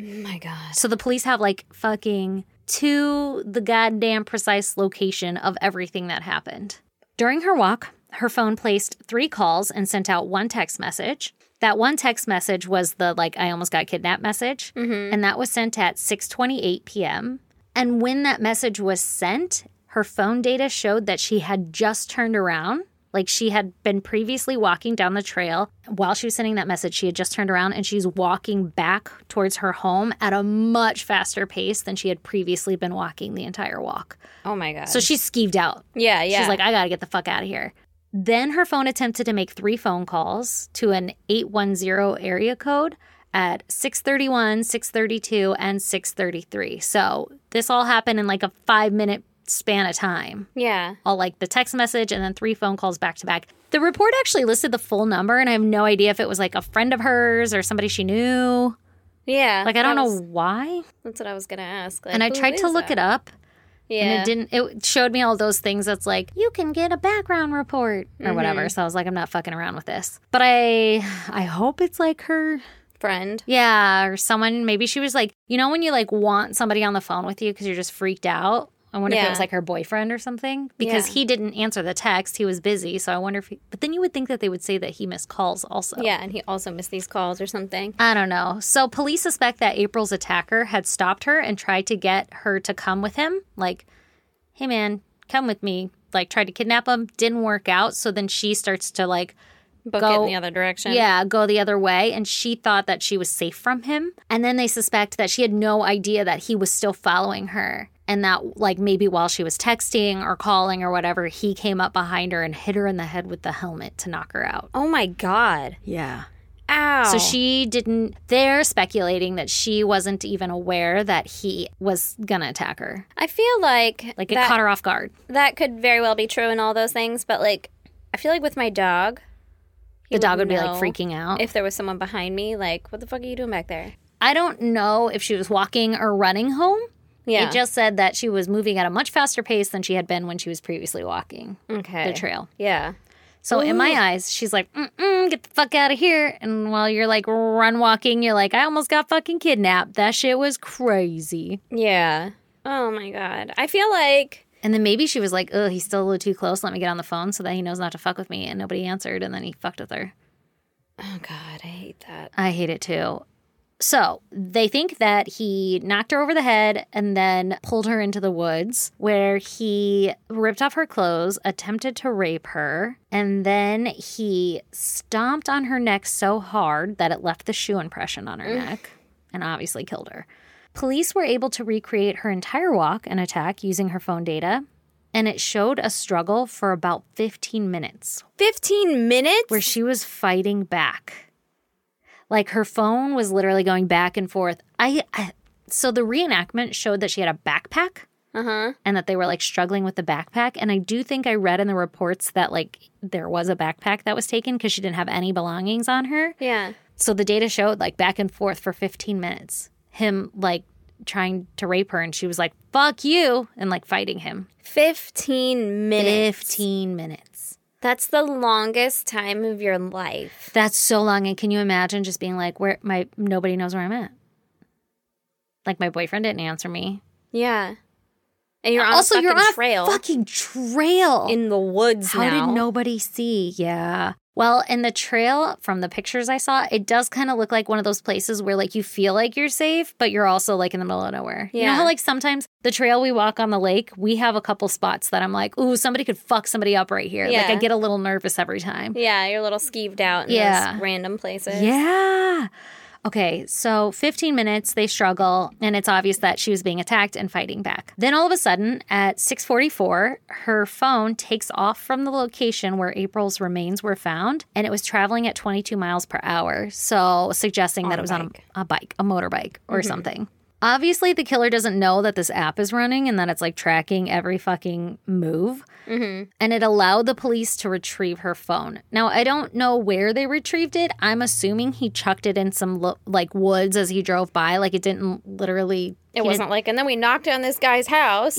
Speaker 3: Oh my God.
Speaker 1: So the police have like fucking to the goddamn precise location of everything that happened. During her walk, her phone placed three calls and sent out one text message. That one text message was the like I almost got kidnapped message, and that was sent at 6:28 p.m. And when that message was sent, her phone data showed that she had just turned around. Like she had been previously walking down the trail while she was sending that message, she had just turned around and she's walking back towards her home at a much faster pace than she had previously been walking the entire walk.
Speaker 3: Oh my God.
Speaker 1: So she's skeeved out.
Speaker 3: yeah. Yeah.
Speaker 1: She's like, I gotta get the fuck out of here. Then her phone attempted to make three phone calls to an 810 area code at 631, 632, and 633. So this all happened in like a five minute span of time.
Speaker 3: yeah.
Speaker 1: All like the text message and then three phone calls back to back. The report actually listed the full number, and I have no idea if it was like a friend of hers or somebody she knew.
Speaker 3: Yeah.
Speaker 1: Like, I don't
Speaker 3: that
Speaker 1: know
Speaker 3: was-
Speaker 1: why.
Speaker 3: That's what I was going to ask. Like,
Speaker 1: And I
Speaker 3: who
Speaker 1: tried to
Speaker 3: is
Speaker 1: look
Speaker 3: that?
Speaker 1: it up,
Speaker 3: Yeah.
Speaker 1: and it didn't it showed me all those things that's like you can get a background report or
Speaker 3: Mm-hmm.
Speaker 1: whatever so i was like i'm not fucking around with this but i i hope it's like her
Speaker 3: Friend.
Speaker 1: yeah or someone maybe she was like you know when you like want somebody on the phone with you because you're just freaked out i wonder if it
Speaker 3: Yeah.
Speaker 1: was like her boyfriend or something because
Speaker 3: Yeah.
Speaker 1: he didn't answer the text he was busy so i wonder if he, but then you would think that they would say that he missed calls also
Speaker 3: Yeah. And he also missed these calls or something.
Speaker 1: I don't know. So police suspect that April's attacker had stopped her and tried to get her to come with him. Like, hey man, come with me. Like tried to kidnap him, didn't work out. So then she starts to like,
Speaker 3: Book it
Speaker 1: Go-
Speaker 3: in the other direction.
Speaker 1: yeah, go the other way. And she thought that she was safe from him. And then they suspect that she had no idea that he was still following her. And that like maybe while she was texting or calling or whatever, he came up behind her and hit her in the head with the helmet to knock her out.
Speaker 3: Oh my God.
Speaker 1: Yeah.
Speaker 3: Ow.
Speaker 1: So she didn't, they're speculating that she wasn't even aware that he was gonna attack her.
Speaker 3: I feel like
Speaker 1: Like it
Speaker 3: that,
Speaker 1: caught her off guard.
Speaker 3: that could very well be true and all those things, but like I feel like with my dog, he
Speaker 1: The dog would be
Speaker 3: know
Speaker 1: like freaking out.
Speaker 3: if there was someone behind me. Like, what the fuck are you doing back there?
Speaker 1: I don't know if she was walking or running home,
Speaker 3: Yeah.
Speaker 1: It just said that she was moving at a much faster pace than she had been when she was previously walking
Speaker 3: okay.
Speaker 1: the trail.
Speaker 3: Yeah.
Speaker 1: So in my eyes, she's like, Mm-mm, "Get the fuck out of here!" And while you're like run walking, you're like, "I almost got fucking kidnapped. That shit was crazy."
Speaker 3: Yeah. Oh my god. I feel like
Speaker 1: And then maybe she was like, "Oh, he's still a little too close. Let me get on the phone so that he knows not to fuck with me." And nobody answered, and then he fucked with her.
Speaker 3: Oh god, I hate that.
Speaker 1: I hate it too. So they think that he knocked her over the head and then pulled her into the woods, where he ripped off her clothes, attempted to rape her, and then he stomped on her neck so hard that it left the shoe impression on her neck and obviously killed her. Police were able to recreate her entire walk and attack using her phone data, and it showed a struggle for about 15 minutes
Speaker 3: 15 minutes?
Speaker 1: where she was fighting back. Like her phone was literally going back and forth. I, I so the reenactment showed that she had a backpack
Speaker 3: uh-huh.
Speaker 1: and that they were like struggling with the backpack and I do think I read in the reports that like there was a backpack that was taken cuz she didn't have any belongings on her.
Speaker 3: Yeah.
Speaker 1: So the data showed like back and forth for 15 minutes. Him like trying to rape her and she was like fuck you and like fighting him.
Speaker 3: 15 minutes.
Speaker 1: 15 minutes.
Speaker 3: That's the longest time of your life.
Speaker 1: That's so long. And can you imagine just being like, where my nobody knows where I'm at? Like my boyfriend didn't answer me.
Speaker 3: Yeah. And you're on
Speaker 1: also,
Speaker 3: a fucking
Speaker 1: you're on a
Speaker 3: trail
Speaker 1: fucking trail.
Speaker 3: in the woods
Speaker 1: How
Speaker 3: now.
Speaker 1: did nobody see? Yeah. Well, and the trail from the pictures I saw, it does kind of look like one of those places where like you feel like you're safe, but you're also like in the middle of nowhere. You know
Speaker 3: Yeah.
Speaker 1: how like sometimes the trail we walk on the lake, we have a couple spots that I'm like, ooh, somebody could fuck somebody up right here. Like
Speaker 3: Yeah.
Speaker 1: I get a little nervous every time.
Speaker 3: Yeah, you're a little skeeved out in
Speaker 1: Yeah.
Speaker 3: those random places.
Speaker 1: Yeah. Okay, so 15 minutes they struggle and it's obvious that she was being attacked and fighting back. Then all of a sudden at 6:44, her phone takes off from the location where April's remains were found and it was traveling at 22 miles per hour, so suggesting that it was on
Speaker 3: bike.
Speaker 1: a, a bike, Mm-hmm. a motorbike or something. Obviously, the killer doesn't know that this app is running and that it's like tracking every fucking move and it allowed the police to retrieve her phone. Now, I don't know where they retrieved it. I'm assuming he chucked it in some lo- like woods as he drove by, like it didn't literally he
Speaker 3: It
Speaker 1: didn't-
Speaker 3: wasn't like, and then we knocked on this guy's house.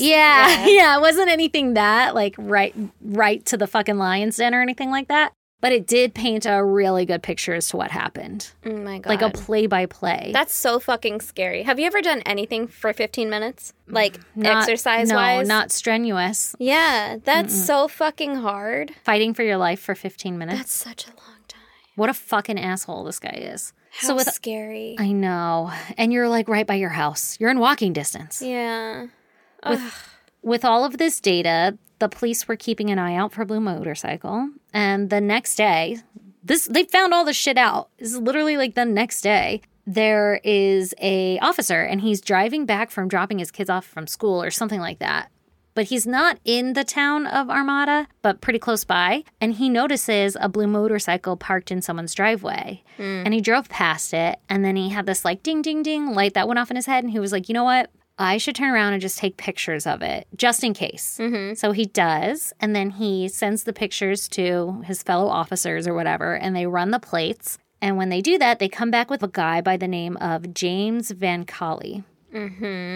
Speaker 1: yeah, yeah, It wasn't anything that like right, right to the fucking lion's den or anything like that. But it did paint a really good picture as to what happened,
Speaker 3: Oh my god.
Speaker 1: like a play by play.
Speaker 3: That's so fucking scary. Have you ever done anything for 15 minutes? Like exercise
Speaker 1: Mm, no,
Speaker 3: wise?
Speaker 1: not strenuous.
Speaker 3: Yeah, that's so fucking hard.
Speaker 1: Fighting for your life for 15 minutes.
Speaker 3: That's such a long time.
Speaker 1: what a fucking asshole this guy is.
Speaker 3: How
Speaker 1: so with
Speaker 3: scary.
Speaker 1: I know. And you're like right by your house. You're in walking distance.
Speaker 3: yeah.
Speaker 1: With all of this data, the police were keeping an eye out for Blue Motorcycle. And the next day, this they found all this shit out. This is literally like the next day. There is a officer and he's driving back from dropping his kids off from school or something like that. But he's not in the town of Armada, but pretty close by. And he notices a blue motorcycle parked in someone's driveway. And he drove past it. And then he had this like ding, ding, ding light that went off in his head. And he was like, you know what? I should turn around and just take pictures of it just in case. So he does. And then he sends the pictures to his fellow officers or whatever. And they run the plates. And when they do that, they come back with a guy by the name of James Van Collie and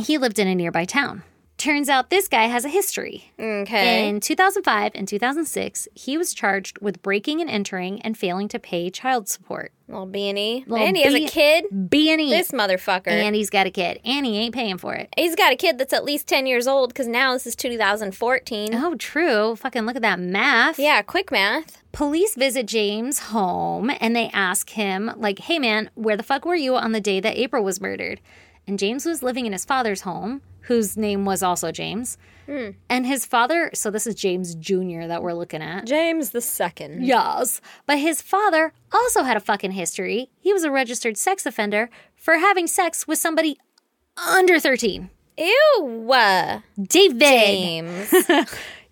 Speaker 1: he lived in a nearby town. Turns out this guy has a history.
Speaker 3: Okay.
Speaker 1: In 2005 and 2006, he was charged with breaking and entering and failing to pay child support.
Speaker 3: little Beanie.
Speaker 1: Little
Speaker 3: and he has a
Speaker 1: Bea-
Speaker 3: kid.
Speaker 1: Beanie.
Speaker 3: This motherfucker.
Speaker 1: and he's got a kid, and he ain't paying for it.
Speaker 3: He's got a kid that's at least 10 years old because now this is 2014.
Speaker 1: Oh, true. Fucking look at that math.
Speaker 3: Yeah, quick math.
Speaker 1: Police visit James' home and they ask him, like, hey man, where the fuck were you on the day that April was murdered? And James was living in his father's home, whose name was also James.
Speaker 3: Hmm.
Speaker 1: And his father, so this is James Jr. that we're looking at.
Speaker 3: James the second.
Speaker 1: Yes. But his father also had a fucking history. He was a registered sex offender for having sex with somebody under 13.
Speaker 3: Ew. uh,
Speaker 1: David.
Speaker 3: James.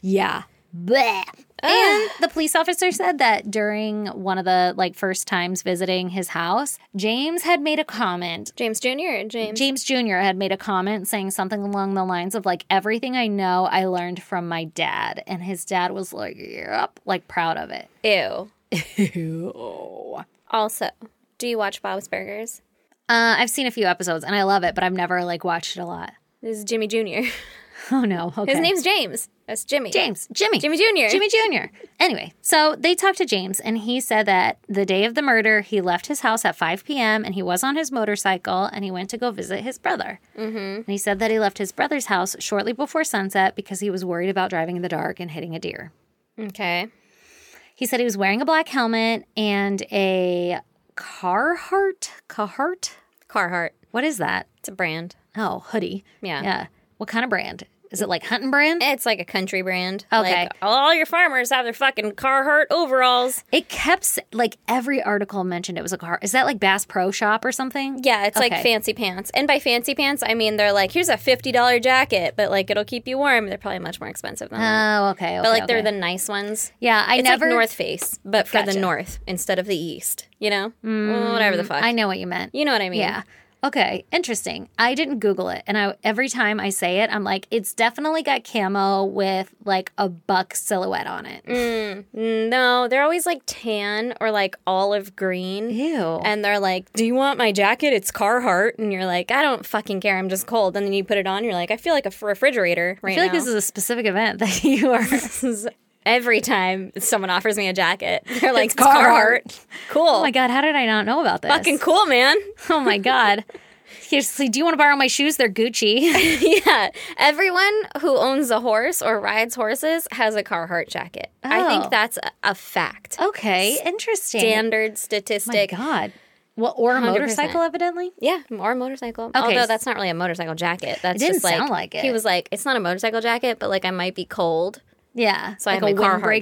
Speaker 1: Yeah. Bleh. And the police officer said that during one of the like first times visiting his house, James had made a comment
Speaker 3: James Jr. or James.
Speaker 1: James Jr. had made a comment saying something along the lines of like everything I know I learned from my dad, and his dad was like, "Yep," like proud of it.
Speaker 3: Ew. Also, do you watch Bob's Burgers?
Speaker 1: Uh, I've seen a few episodes and I love it, but I've never like watched it a lot.
Speaker 3: This is Jimmy Jr.
Speaker 1: Oh no. Okay.
Speaker 3: His name's James. That's Jimmy.
Speaker 1: James. Jimmy.
Speaker 3: Jimmy Jr.
Speaker 1: Jimmy Jr. Anyway, so they talked to James, and he said that the day of the murder, he left his house at 5 p.m. and he was on his motorcycle and he went to go visit his brother. Mm-hmm. And he said that he left his brother's house shortly before sunset because he was worried about driving in the dark and hitting a deer.
Speaker 3: Okay.
Speaker 1: He said he was wearing a black helmet and a Carhartt. Carhartt?
Speaker 3: Carhartt.
Speaker 1: What is that?
Speaker 3: It's a brand.
Speaker 1: Oh, hoodie.
Speaker 3: Yeah. Eh.
Speaker 1: Yeah. What kind of brand? Is it like hunting brand?
Speaker 3: It's like a country brand.
Speaker 1: Okay.
Speaker 3: Like, all your farmers have their fucking Carhartt overalls.
Speaker 1: It kept s- like every article mentioned it was a car. Is that like Bass Pro Shop or something?
Speaker 3: Yeah, it's
Speaker 1: Okay.
Speaker 3: like fancy pants. And by fancy pants, I mean they're like, here's a $50 jacket, but like it'll keep you warm. They're probably much more expensive than that.
Speaker 1: Oh, okay.
Speaker 3: But like they're the nice ones.
Speaker 1: yeah. I
Speaker 3: It's
Speaker 1: never
Speaker 3: like North Face, but for
Speaker 1: Gotcha. Mm,
Speaker 3: the North instead of the East, you know? Whatever the fuck.
Speaker 1: I know what you meant.
Speaker 3: you know what I mean?
Speaker 1: Yeah. Okay. Interesting. I didn't Google it, and I every time I say it, I'm like, it's definitely got camo with like a buck silhouette on it.
Speaker 3: Mm, No, they're always like tan or like olive green.
Speaker 1: Ew.
Speaker 3: And they're like, "Do you want my jacket? It's Carhartt." And you're like, "I don't fucking care. I'm just cold." And then you put it on. You're like, "I feel like a f- refrigerator right
Speaker 1: I feel
Speaker 3: now."
Speaker 1: like this is a specific event that you are. Oh
Speaker 3: every time someone offers me a jacket. They're like,
Speaker 1: It's
Speaker 3: "It's
Speaker 1: Carhartt."
Speaker 3: Carhartt." Cool.
Speaker 1: oh my god! How did I not know about this?
Speaker 3: fucking cool, man.
Speaker 1: oh my god. Seriously, do you want to borrow my shoes? They're Gucci.
Speaker 3: yeah. Everyone who owns a horse or rides horses has a Carhartt jacket. I
Speaker 1: Oh.
Speaker 3: think that's a, a fact.
Speaker 1: okay, interesting. Oh
Speaker 3: Standard
Speaker 1: my
Speaker 3: statistic.
Speaker 1: god. Well, or a
Speaker 3: 100%.
Speaker 1: motorcycle, evidently.
Speaker 3: Yeah, or a motorcycle. Although that's not really a motorcycle jacket. That's
Speaker 1: didn't
Speaker 3: just like,
Speaker 1: sound like it.
Speaker 3: He was like, it's not a motorcycle jacket, but like I might be cold,
Speaker 1: Yeah.
Speaker 3: so I have my Carhartt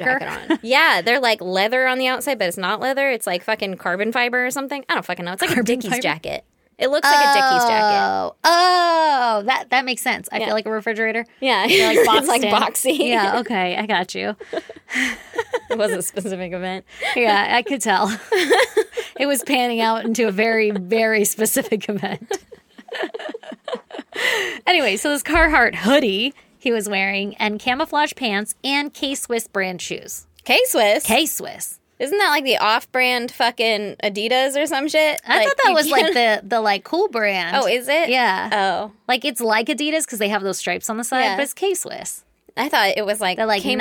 Speaker 3: jacket on. yeah, they're like leather on the outside, but it's not leather. It's like fucking carbon fiber or something. I don't fucking know. It's like a Dickies
Speaker 1: fiber?
Speaker 3: jacket. It looks like a Dickies jacket.
Speaker 1: Oh, oh, that that makes sense. I
Speaker 3: Yeah.
Speaker 1: feel like a refrigerator.
Speaker 3: Yeah,
Speaker 1: boxed
Speaker 3: it's like
Speaker 1: in.
Speaker 3: boxy.
Speaker 1: Yeah, okay, I got you.
Speaker 3: it was a specific event.
Speaker 1: Yeah, I could tell. it was panning out into a very, very specific event. anyway, so this Carhartt hoodie he was wearing, and camouflage pants, and K Swiss brand shoes.
Speaker 3: K Swiss,
Speaker 1: K Swiss.
Speaker 3: isn't that like the off-brand fucking Adidas or some shit?
Speaker 1: I
Speaker 3: Like,
Speaker 1: thought that
Speaker 3: you
Speaker 1: was like
Speaker 3: can't-
Speaker 1: the the like cool brand.
Speaker 3: Oh, is it?
Speaker 1: yeah.
Speaker 3: Oh,
Speaker 1: Uh, Like it's like Adidas because they have those stripes on the side,
Speaker 3: Yeah.
Speaker 1: but it's K Swiss.
Speaker 3: I thought it was like,
Speaker 1: They're, like,
Speaker 3: Kmart's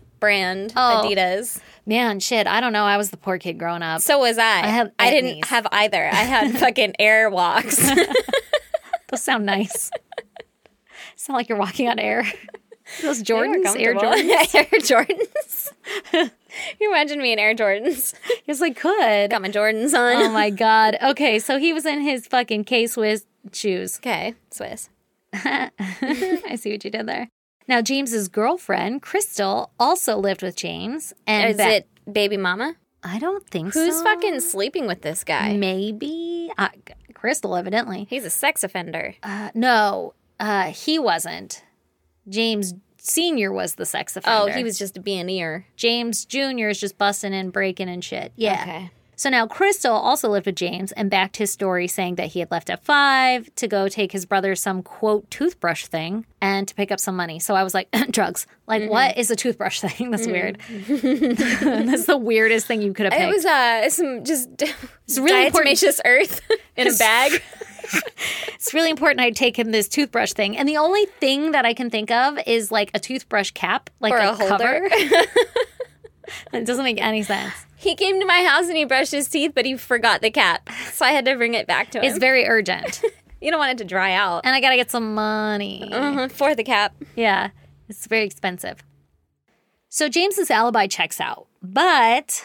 Speaker 1: nice.
Speaker 3: brand
Speaker 1: Oh.
Speaker 3: Adidas.
Speaker 1: Man, shit, I don't know. I was the poor kid growing up.
Speaker 3: So was I. I,
Speaker 1: had
Speaker 3: didn't
Speaker 1: Etnies.
Speaker 3: have either. I had fucking airwalks.
Speaker 1: Those sound nice. sound like you're walking on air. Those Jordans, Air
Speaker 3: Comfortable.
Speaker 1: Jordans.
Speaker 3: Air Jordans. Can you imagine me in Air Jordans?
Speaker 1: Yes, I could.
Speaker 3: Got my Jordans on.
Speaker 1: Oh my god. Okay, so he was in his fucking K Swiss shoes.
Speaker 3: okay, Swiss.
Speaker 1: I see what you did there. Now James's girlfriend, Crystal, also lived with James. And
Speaker 3: Is
Speaker 1: Beth-
Speaker 3: it baby mama?
Speaker 1: I don't think
Speaker 3: Who's
Speaker 1: so.
Speaker 3: fucking sleeping with this
Speaker 1: Mm.
Speaker 3: guy?
Speaker 1: maybe uh, Crystal, evidently.
Speaker 3: He's a sex offender.
Speaker 1: Uh, no, uh, he wasn't. James Senior was the sex
Speaker 3: Oh,
Speaker 1: offender.
Speaker 3: he was just being ear.
Speaker 1: James Junior is just busting and breaking and shit. Yeah.
Speaker 3: Okay.
Speaker 1: So now Crystal also lived with James and backed his story, saying that he had left at five to go take his brother some quote toothbrush thing and to pick up some money. So I was like, drugs. Like,
Speaker 3: Mm-hmm.
Speaker 1: what is a toothbrush thing? That's weird. That's the weirdest thing you could have
Speaker 3: It
Speaker 1: picked.
Speaker 3: was uh some just it's
Speaker 1: really important-
Speaker 3: earth in a bag.
Speaker 1: it's really important I take him this toothbrush thing. And the only thing that I can think of is like a toothbrush cap, like
Speaker 3: Or
Speaker 1: a,
Speaker 3: a holder.
Speaker 1: cover. it doesn't make any sense.
Speaker 3: He came to my house and he brushed his teeth, but he forgot the cap. So I had to bring it back to him.
Speaker 1: It's very urgent.
Speaker 3: you don't want it to dry out.
Speaker 1: and I got to get some money.
Speaker 3: Uh-huh, for the cap.
Speaker 1: Yeah, it's very expensive. So James's alibi checks out. But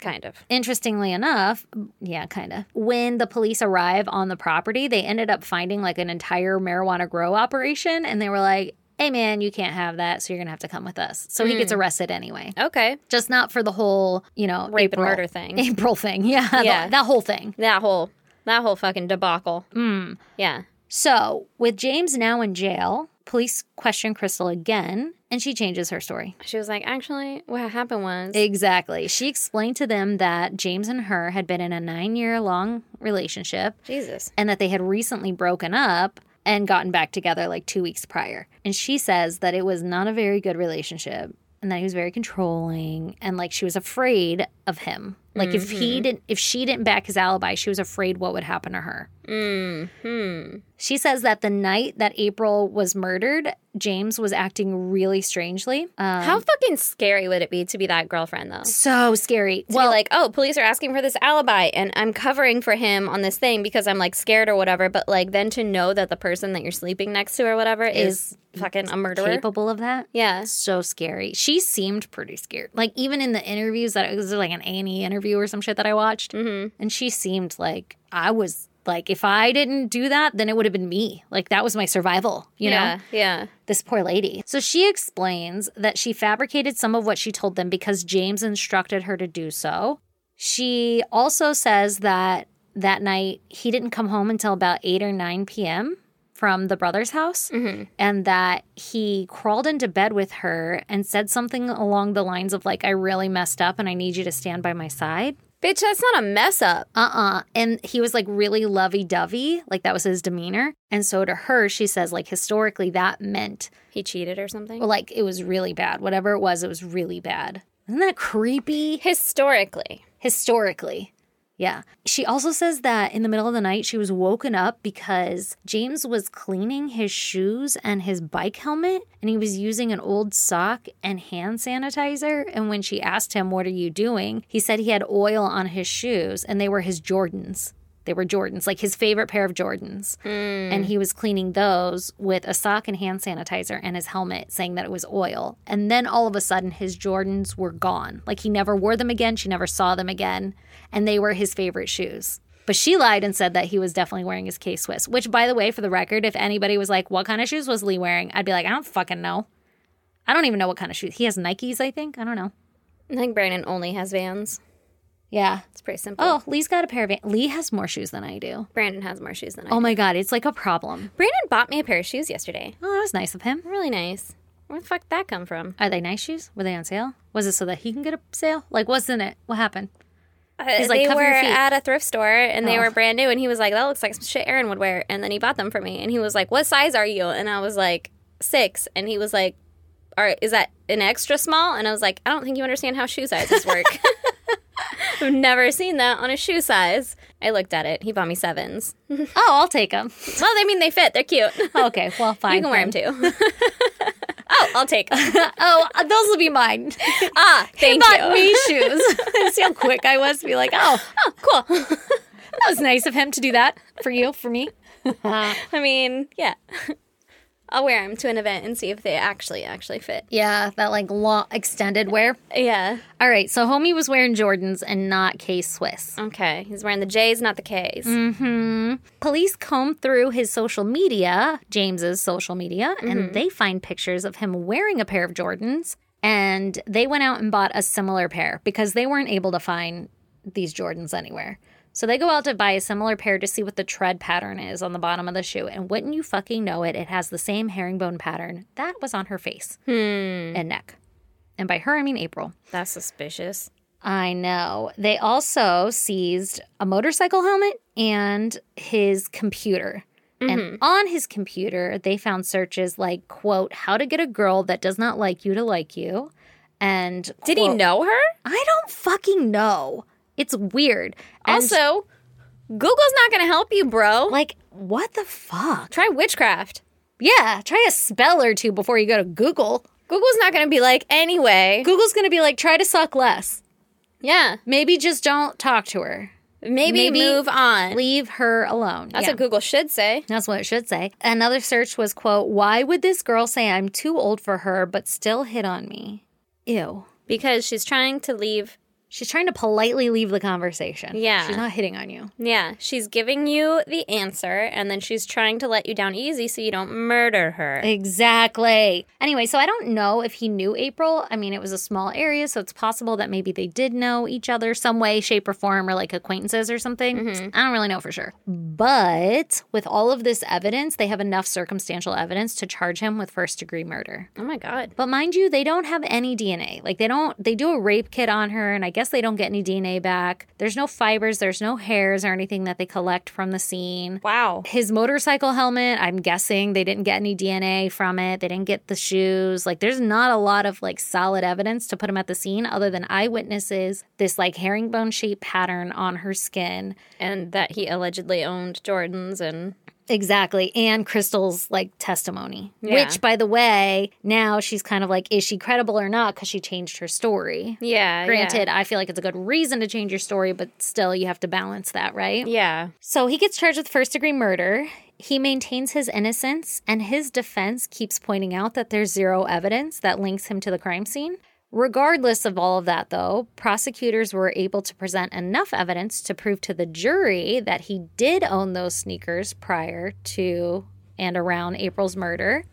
Speaker 3: Kind of.
Speaker 1: interestingly enough, yeah, kind of. When the police arrive on the property, they ended up finding like an entire marijuana grow operation and they were like, "Hey man, you can't have that, so you're going to have to come with us." So he gets
Speaker 3: Mm.
Speaker 1: arrested anyway.
Speaker 3: Okay.
Speaker 1: Just not for the whole, you know,
Speaker 3: Rape and
Speaker 1: April-
Speaker 3: murder thing.
Speaker 1: April thing. Yeah, the-
Speaker 3: Yeah.
Speaker 1: that whole thing.
Speaker 3: That whole that whole fucking debacle. Mm. Yeah.
Speaker 1: So, with James now in jail, police question Crystal again and she changes her story.
Speaker 3: She was like, actually, what happened was
Speaker 1: Exactly. She explained to them that James and her had been in a nine year long relationship
Speaker 3: Jesus.
Speaker 1: and that they had recently broken up and gotten back together like two weeks prior. And she says that it was not a very good relationship and that he was very controlling and like she was afraid of him. Like if he didn't, if she didn't back his alibi, she was afraid what would happen to her. Hmm. She says that the night that April was murdered, James was acting really strangely. Um,
Speaker 3: How fucking scary would it be to be that girlfriend though?
Speaker 1: so scary.
Speaker 3: well, like, oh, police are asking for this alibi, and I'm covering for him on this thing because I'm like scared or whatever. But like, then to know that the person that you're sleeping next to or whatever is, fucking a murderer.
Speaker 1: capable of that.
Speaker 3: Yeah.
Speaker 1: So scary. She seemed pretty scared. Like even in the interviews that it was like an Annie interview or some shit that I watched,
Speaker 3: Mm-hmm.
Speaker 1: and she seemed like I was like if I didn't do that, then it would have been me. Like that was my survival. You
Speaker 3: yeah,
Speaker 1: know,
Speaker 3: yeah.
Speaker 1: this poor lady. So she explains that she fabricated some of what she told them because James instructed her to do so. She also says that that night he didn't come home until about 8 or 9 p.m. from the brother's house and that he crawled into bed with her and said something along the lines of like I really messed up and I need you to stand by my side.
Speaker 3: Bitch, that's not a mess up.
Speaker 1: Uh-uh. And he was like really lovey-dovey, like that was his demeanor. And so to her, she says like historically that meant
Speaker 3: He cheated or something.
Speaker 1: well, like it was really bad. Whatever it was, it was really bad. Isn't that creepy?
Speaker 3: Historically,
Speaker 1: Historically. Yeah. She also says that in the middle of the night, she was woken up because James was cleaning his shoes and his bike helmet, and he was using an old sock and hand sanitizer. And when she asked him, What are you doing? he said he had oil on his shoes, and they were his Jordans. They were Jordans, like his favorite pair of Jordans. And he was cleaning those with a sock and hand sanitizer and his helmet, saying that it was oil. And then all of a sudden, his Jordans were gone. Like he never wore them again. She never saw them again. And they were his favorite shoes. But she lied and said that he was definitely wearing his K Swiss, which, by the way, for the record, if anybody was like, what kind of shoes was Lee wearing? I'd be like, I don't fucking know. I don't even know what kind of shoes. He has Nikes, I think. I don't know.
Speaker 3: I think Brandon only has Vans.
Speaker 1: Yeah.
Speaker 3: It's pretty simple.
Speaker 1: Oh, Lee's got a pair of. Van- Lee has more shoes than I do.
Speaker 3: Brandon has more shoes than I.
Speaker 1: Oh
Speaker 3: do.
Speaker 1: my God. It's like a problem.
Speaker 3: Brandon bought me a pair of shoes yesterday.
Speaker 1: Oh, that was nice of him.
Speaker 3: Really nice. Where the fuck did that come from?
Speaker 1: Are they nice shoes? Were they on sale? Was it so that he can get a sale? Like, what's in it? What happened?
Speaker 3: He's
Speaker 1: like,
Speaker 3: Uh, they
Speaker 1: "Cover
Speaker 3: were
Speaker 1: your feet."
Speaker 3: at a thrift store and they
Speaker 1: Oh.
Speaker 3: were brand new, and he was like, "That looks like some shit Aaron would wear." And then he bought them for me, and he was like, "What size are you?" And I was like, six. And he was like, "All right, is that an extra small?" And I was like, "I don't think you understand how shoe sizes work. I've never seen that on a shoe size." I looked at it. He bought me sevens.
Speaker 1: Oh, I'll take them.
Speaker 3: well, they mean they fit. They're cute. you
Speaker 1: Okay, well, fine.
Speaker 3: can wear them
Speaker 1: then.
Speaker 3: too. oh, I'll take. 'em.
Speaker 1: Oh, those will be mine.
Speaker 3: ah, thank
Speaker 1: he
Speaker 3: you.
Speaker 1: bought me shoes. See how quick I was to be like, oh,
Speaker 3: cool.
Speaker 1: that was nice of him to do that for you, for me.
Speaker 3: I mean, yeah. I'll wear them to an event and see if they actually actually fit.
Speaker 1: Yeah, that like long extended wear.
Speaker 3: Yeah.
Speaker 1: All right, so homie was wearing Jordans and not K Swiss.
Speaker 3: Okay. He's wearing the J's, not the K's.
Speaker 1: Police comb through his social media, James's social media, and they find pictures of him wearing a pair of Jordans. And they went out and bought a similar pair because they weren't able to find these Jordans anywhere. So they go out to buy a similar pair to see what the tread pattern is on the bottom of the shoe. And wouldn't you fucking know it, it has the same herringbone pattern that was on her face and neck. And by her, I mean April.
Speaker 3: That's suspicious.
Speaker 1: I know. They also seized a motorcycle helmet and his computer.
Speaker 3: Mm-hmm.
Speaker 1: And on his computer, they found searches like, quote, how to get a girl that does not like you to like you. And
Speaker 3: Did he
Speaker 1: quote,
Speaker 3: know her?
Speaker 1: I don't fucking know. It's weird. And
Speaker 3: also, Google's not going to help you, bro.
Speaker 1: like, what the fuck?
Speaker 3: Try witchcraft.
Speaker 1: Yeah, try a spell or two before you go to Google.
Speaker 3: Google's not going to be like, anyway.
Speaker 1: Google's gonna be like, try to suck less.
Speaker 3: Yeah.
Speaker 1: Maybe just don't talk to her.
Speaker 3: Maybe,
Speaker 1: Maybe-
Speaker 3: move on.
Speaker 1: Leave her alone.
Speaker 3: That's
Speaker 1: Yeah.
Speaker 3: what Google should say.
Speaker 1: That's what it should say. Another search was quote, "Why would this girl say I'm too old for her but still hit on me?" Ew.
Speaker 3: Because she's trying to leave.
Speaker 1: She's trying to politely leave the conversation.
Speaker 3: Yeah.
Speaker 1: She's not hitting on you.
Speaker 3: Yeah. She's giving you the answer and then she's trying to let you down easy so you don't murder her.
Speaker 1: Exactly. Anyway, so I don't know if he knew April. I mean, it was a small area, so it's possible that maybe they did know each other some way, shape, or form, or like acquaintances or something. I don't really know for sure. But with all of this evidence, they have enough circumstantial evidence to charge him with first degree murder.
Speaker 3: oh my God.
Speaker 1: But mind you, they don't have any DNA. Like they don't they do a rape kit on her and I guess guess they don't get any DNA back. There's no fibers, there's no hairs or anything that they collect from the scene.
Speaker 3: Wow.
Speaker 1: His motorcycle helmet, I'm guessing they didn't get any DNA from it. They didn't get the shoes. Like there's not a lot of like solid evidence to put him at the scene other than eyewitnesses, this like herringbone shaped pattern on her skin.
Speaker 3: And that he allegedly owned Jordans and
Speaker 1: Exactly. And Crystal's like testimony,
Speaker 3: Yeah.
Speaker 1: which by the way, now she's kind of like, is she credible or not? Because she changed her story.
Speaker 3: yeah.
Speaker 1: Granted, I feel like it's a good reason to change your story, but still you have to balance that, right?
Speaker 3: Yeah.
Speaker 1: So he gets charged with first degree murder. He maintains his innocence, and his defense keeps pointing out that there's zero evidence that links him to the crime scene. Regardless of all of that, though, prosecutors were able to present enough evidence to prove to the jury that he did own those sneakers prior to and around April's murder,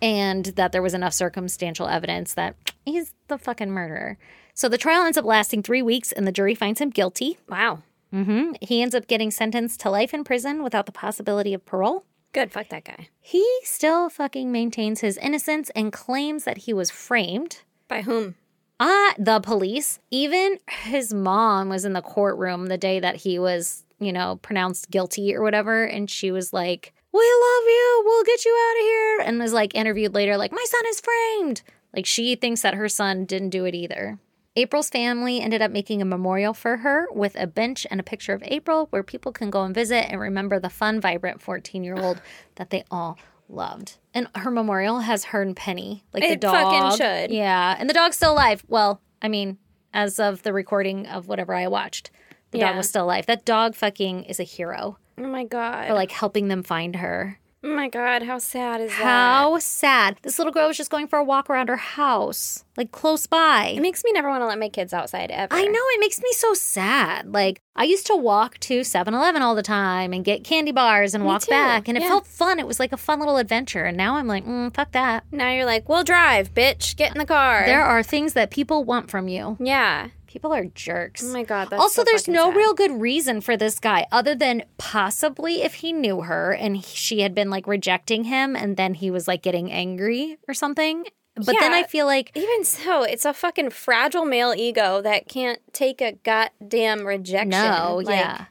Speaker 1: and that there was enough circumstantial evidence that he's the fucking murderer. So the trial ends up lasting three weeks, and the jury finds him guilty.
Speaker 3: Wow.
Speaker 1: Mm-hmm. He ends up getting sentenced to life in prison without the possibility of parole.
Speaker 3: Good. Fuck that guy.
Speaker 1: He still fucking maintains his innocence and claims that he was framed.
Speaker 3: By whom?
Speaker 1: Ah, the police. Even his mom was in the courtroom the day that he was, you know, pronounced guilty or whatever. And she was like, We love you. We'll get you out of here. And was like interviewed later, like, My son is framed. Like, she thinks that her son didn't do it either. April's family ended up making a memorial for her with a bench and a picture of April where people can go and visit and remember the fun, vibrant 14 year old that they all loved. And her memorial has her and Penny, like the
Speaker 3: It fucking
Speaker 1: dog.
Speaker 3: should.
Speaker 1: Yeah, and the dog's still alive. Well, I mean, as of the recording of whatever I watched, the dog
Speaker 3: Yeah.
Speaker 1: was still alive. That dog fucking is a hero
Speaker 3: Oh my god.
Speaker 1: for like helping them find her.
Speaker 3: oh my god. How sad is that?
Speaker 1: How sad. This little girl was just going for a walk around her house, like close by.
Speaker 3: It makes me never want to let my kids outside ever.
Speaker 1: I know it makes me so sad. Like I used to walk to 7-Eleven all the time and get candy bars and walk
Speaker 3: too,
Speaker 1: back and it
Speaker 3: yeah.
Speaker 1: felt fun. It was like a fun little adventure. And now I'm like, mm, fuck that.
Speaker 3: Now you're like, we'll drive, bitch. Get in the car.
Speaker 1: There are things that people want from you.
Speaker 3: yeah.
Speaker 1: People are jerks.
Speaker 3: Oh my god. That's
Speaker 1: also,
Speaker 3: so
Speaker 1: there's
Speaker 3: fucking
Speaker 1: no
Speaker 3: sad.
Speaker 1: real good reason for this guy other than possibly if he knew her and he- she had been like rejecting him and then he was like getting angry or something. But then
Speaker 3: Yeah.
Speaker 1: I feel like
Speaker 3: Even so, it's a fucking fragile male ego that can't take a goddamn rejection.
Speaker 1: no,
Speaker 3: like,
Speaker 1: yeah.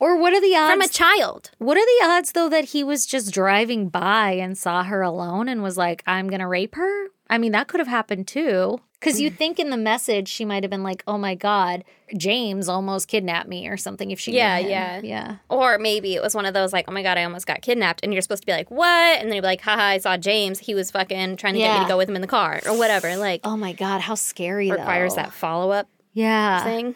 Speaker 1: Or what are the odds?
Speaker 3: From a child.
Speaker 1: what are the odds though that he was just driving by and saw her alone and was like, "I'm gonna rape her"? I mean, that could have happened too. Because you think in the message she might have been like, "Oh my god, James almost kidnapped me" or something. If she, knew
Speaker 3: Yeah,
Speaker 1: him.
Speaker 3: yeah.
Speaker 1: yeah.
Speaker 3: Or maybe it was one of those like, oh my god, I almost got kidnapped, and you're supposed to be like, what? And then you're like, haha, I saw James. He was fucking trying to get me
Speaker 1: Yeah.
Speaker 3: to go with him in the car or whatever. Like,
Speaker 1: Oh my god, how scary!
Speaker 3: requires
Speaker 1: though.
Speaker 3: that follow up
Speaker 1: Yeah.
Speaker 3: thing.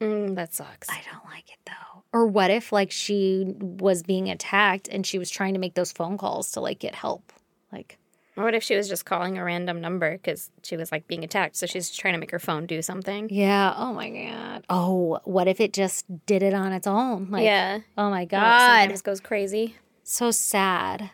Speaker 3: Mm, that sucks.
Speaker 1: I don't like it though. Or what if like she was being attacked and she was trying to make those phone calls to like get help? Like
Speaker 3: Or what if she was just calling a random number because she was like being attacked, so she's trying to make her phone do something?
Speaker 1: yeah, oh my god. Oh, what if it just did it on its own? Like
Speaker 3: yeah.
Speaker 1: oh my god.
Speaker 3: Sometimes goes crazy.
Speaker 1: so sad.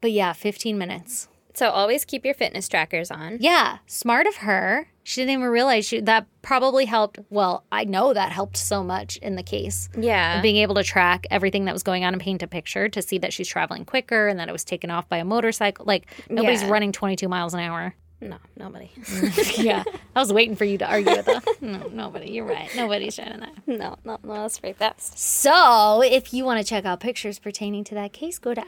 Speaker 1: But yeah, 15 minutes.
Speaker 3: So always keep your fitness trackers on.
Speaker 1: Yeah, smart of her. She didn't even realize she that probably helped. Well, I know that helped so much in the case.
Speaker 3: Yeah.
Speaker 1: being able to track everything that was going on and paint a picture to see that she's traveling quicker and that it was taken off by a motorcycle. Like nobody's
Speaker 3: Yeah.
Speaker 1: running 22 miles an hour.
Speaker 3: No, nobody.
Speaker 1: yeah, I was waiting for you to argue with her. No, nobody. You're right. Nobody's shining that.
Speaker 3: no, no, no, that's very fast.
Speaker 1: So, if you want to check out pictures pertaining to that case, go to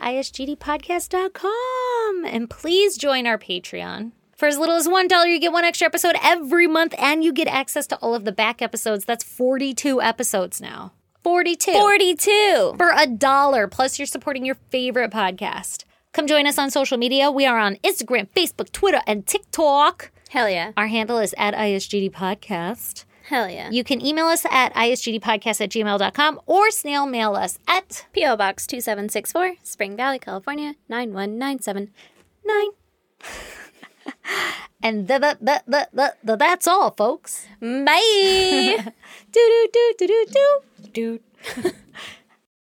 Speaker 1: isgdpodcast.com and please join our Patreon. For as little as $1, you get one extra episode every month and you get access to all of the back episodes. That's 42 episodes now. 42.
Speaker 3: 42.
Speaker 1: for a dollar. Plus, you're supporting your favorite podcast. Come join us on social media. We are on Instagram, Facebook, Twitter, and TikTok.
Speaker 3: Hell yeah.
Speaker 1: Our handle is at ISGD Podcast.
Speaker 3: Hell yeah.
Speaker 1: You can email us at isgdpodcast at gmail.com or snail mail us at
Speaker 3: P.O. Box 2764, Spring Valley, California, 9197.
Speaker 1: nine. and the, the, the, the, the, the, that's all, folks.
Speaker 3: Bye.
Speaker 1: Do, do, do, do, do, do.
Speaker 3: Dude.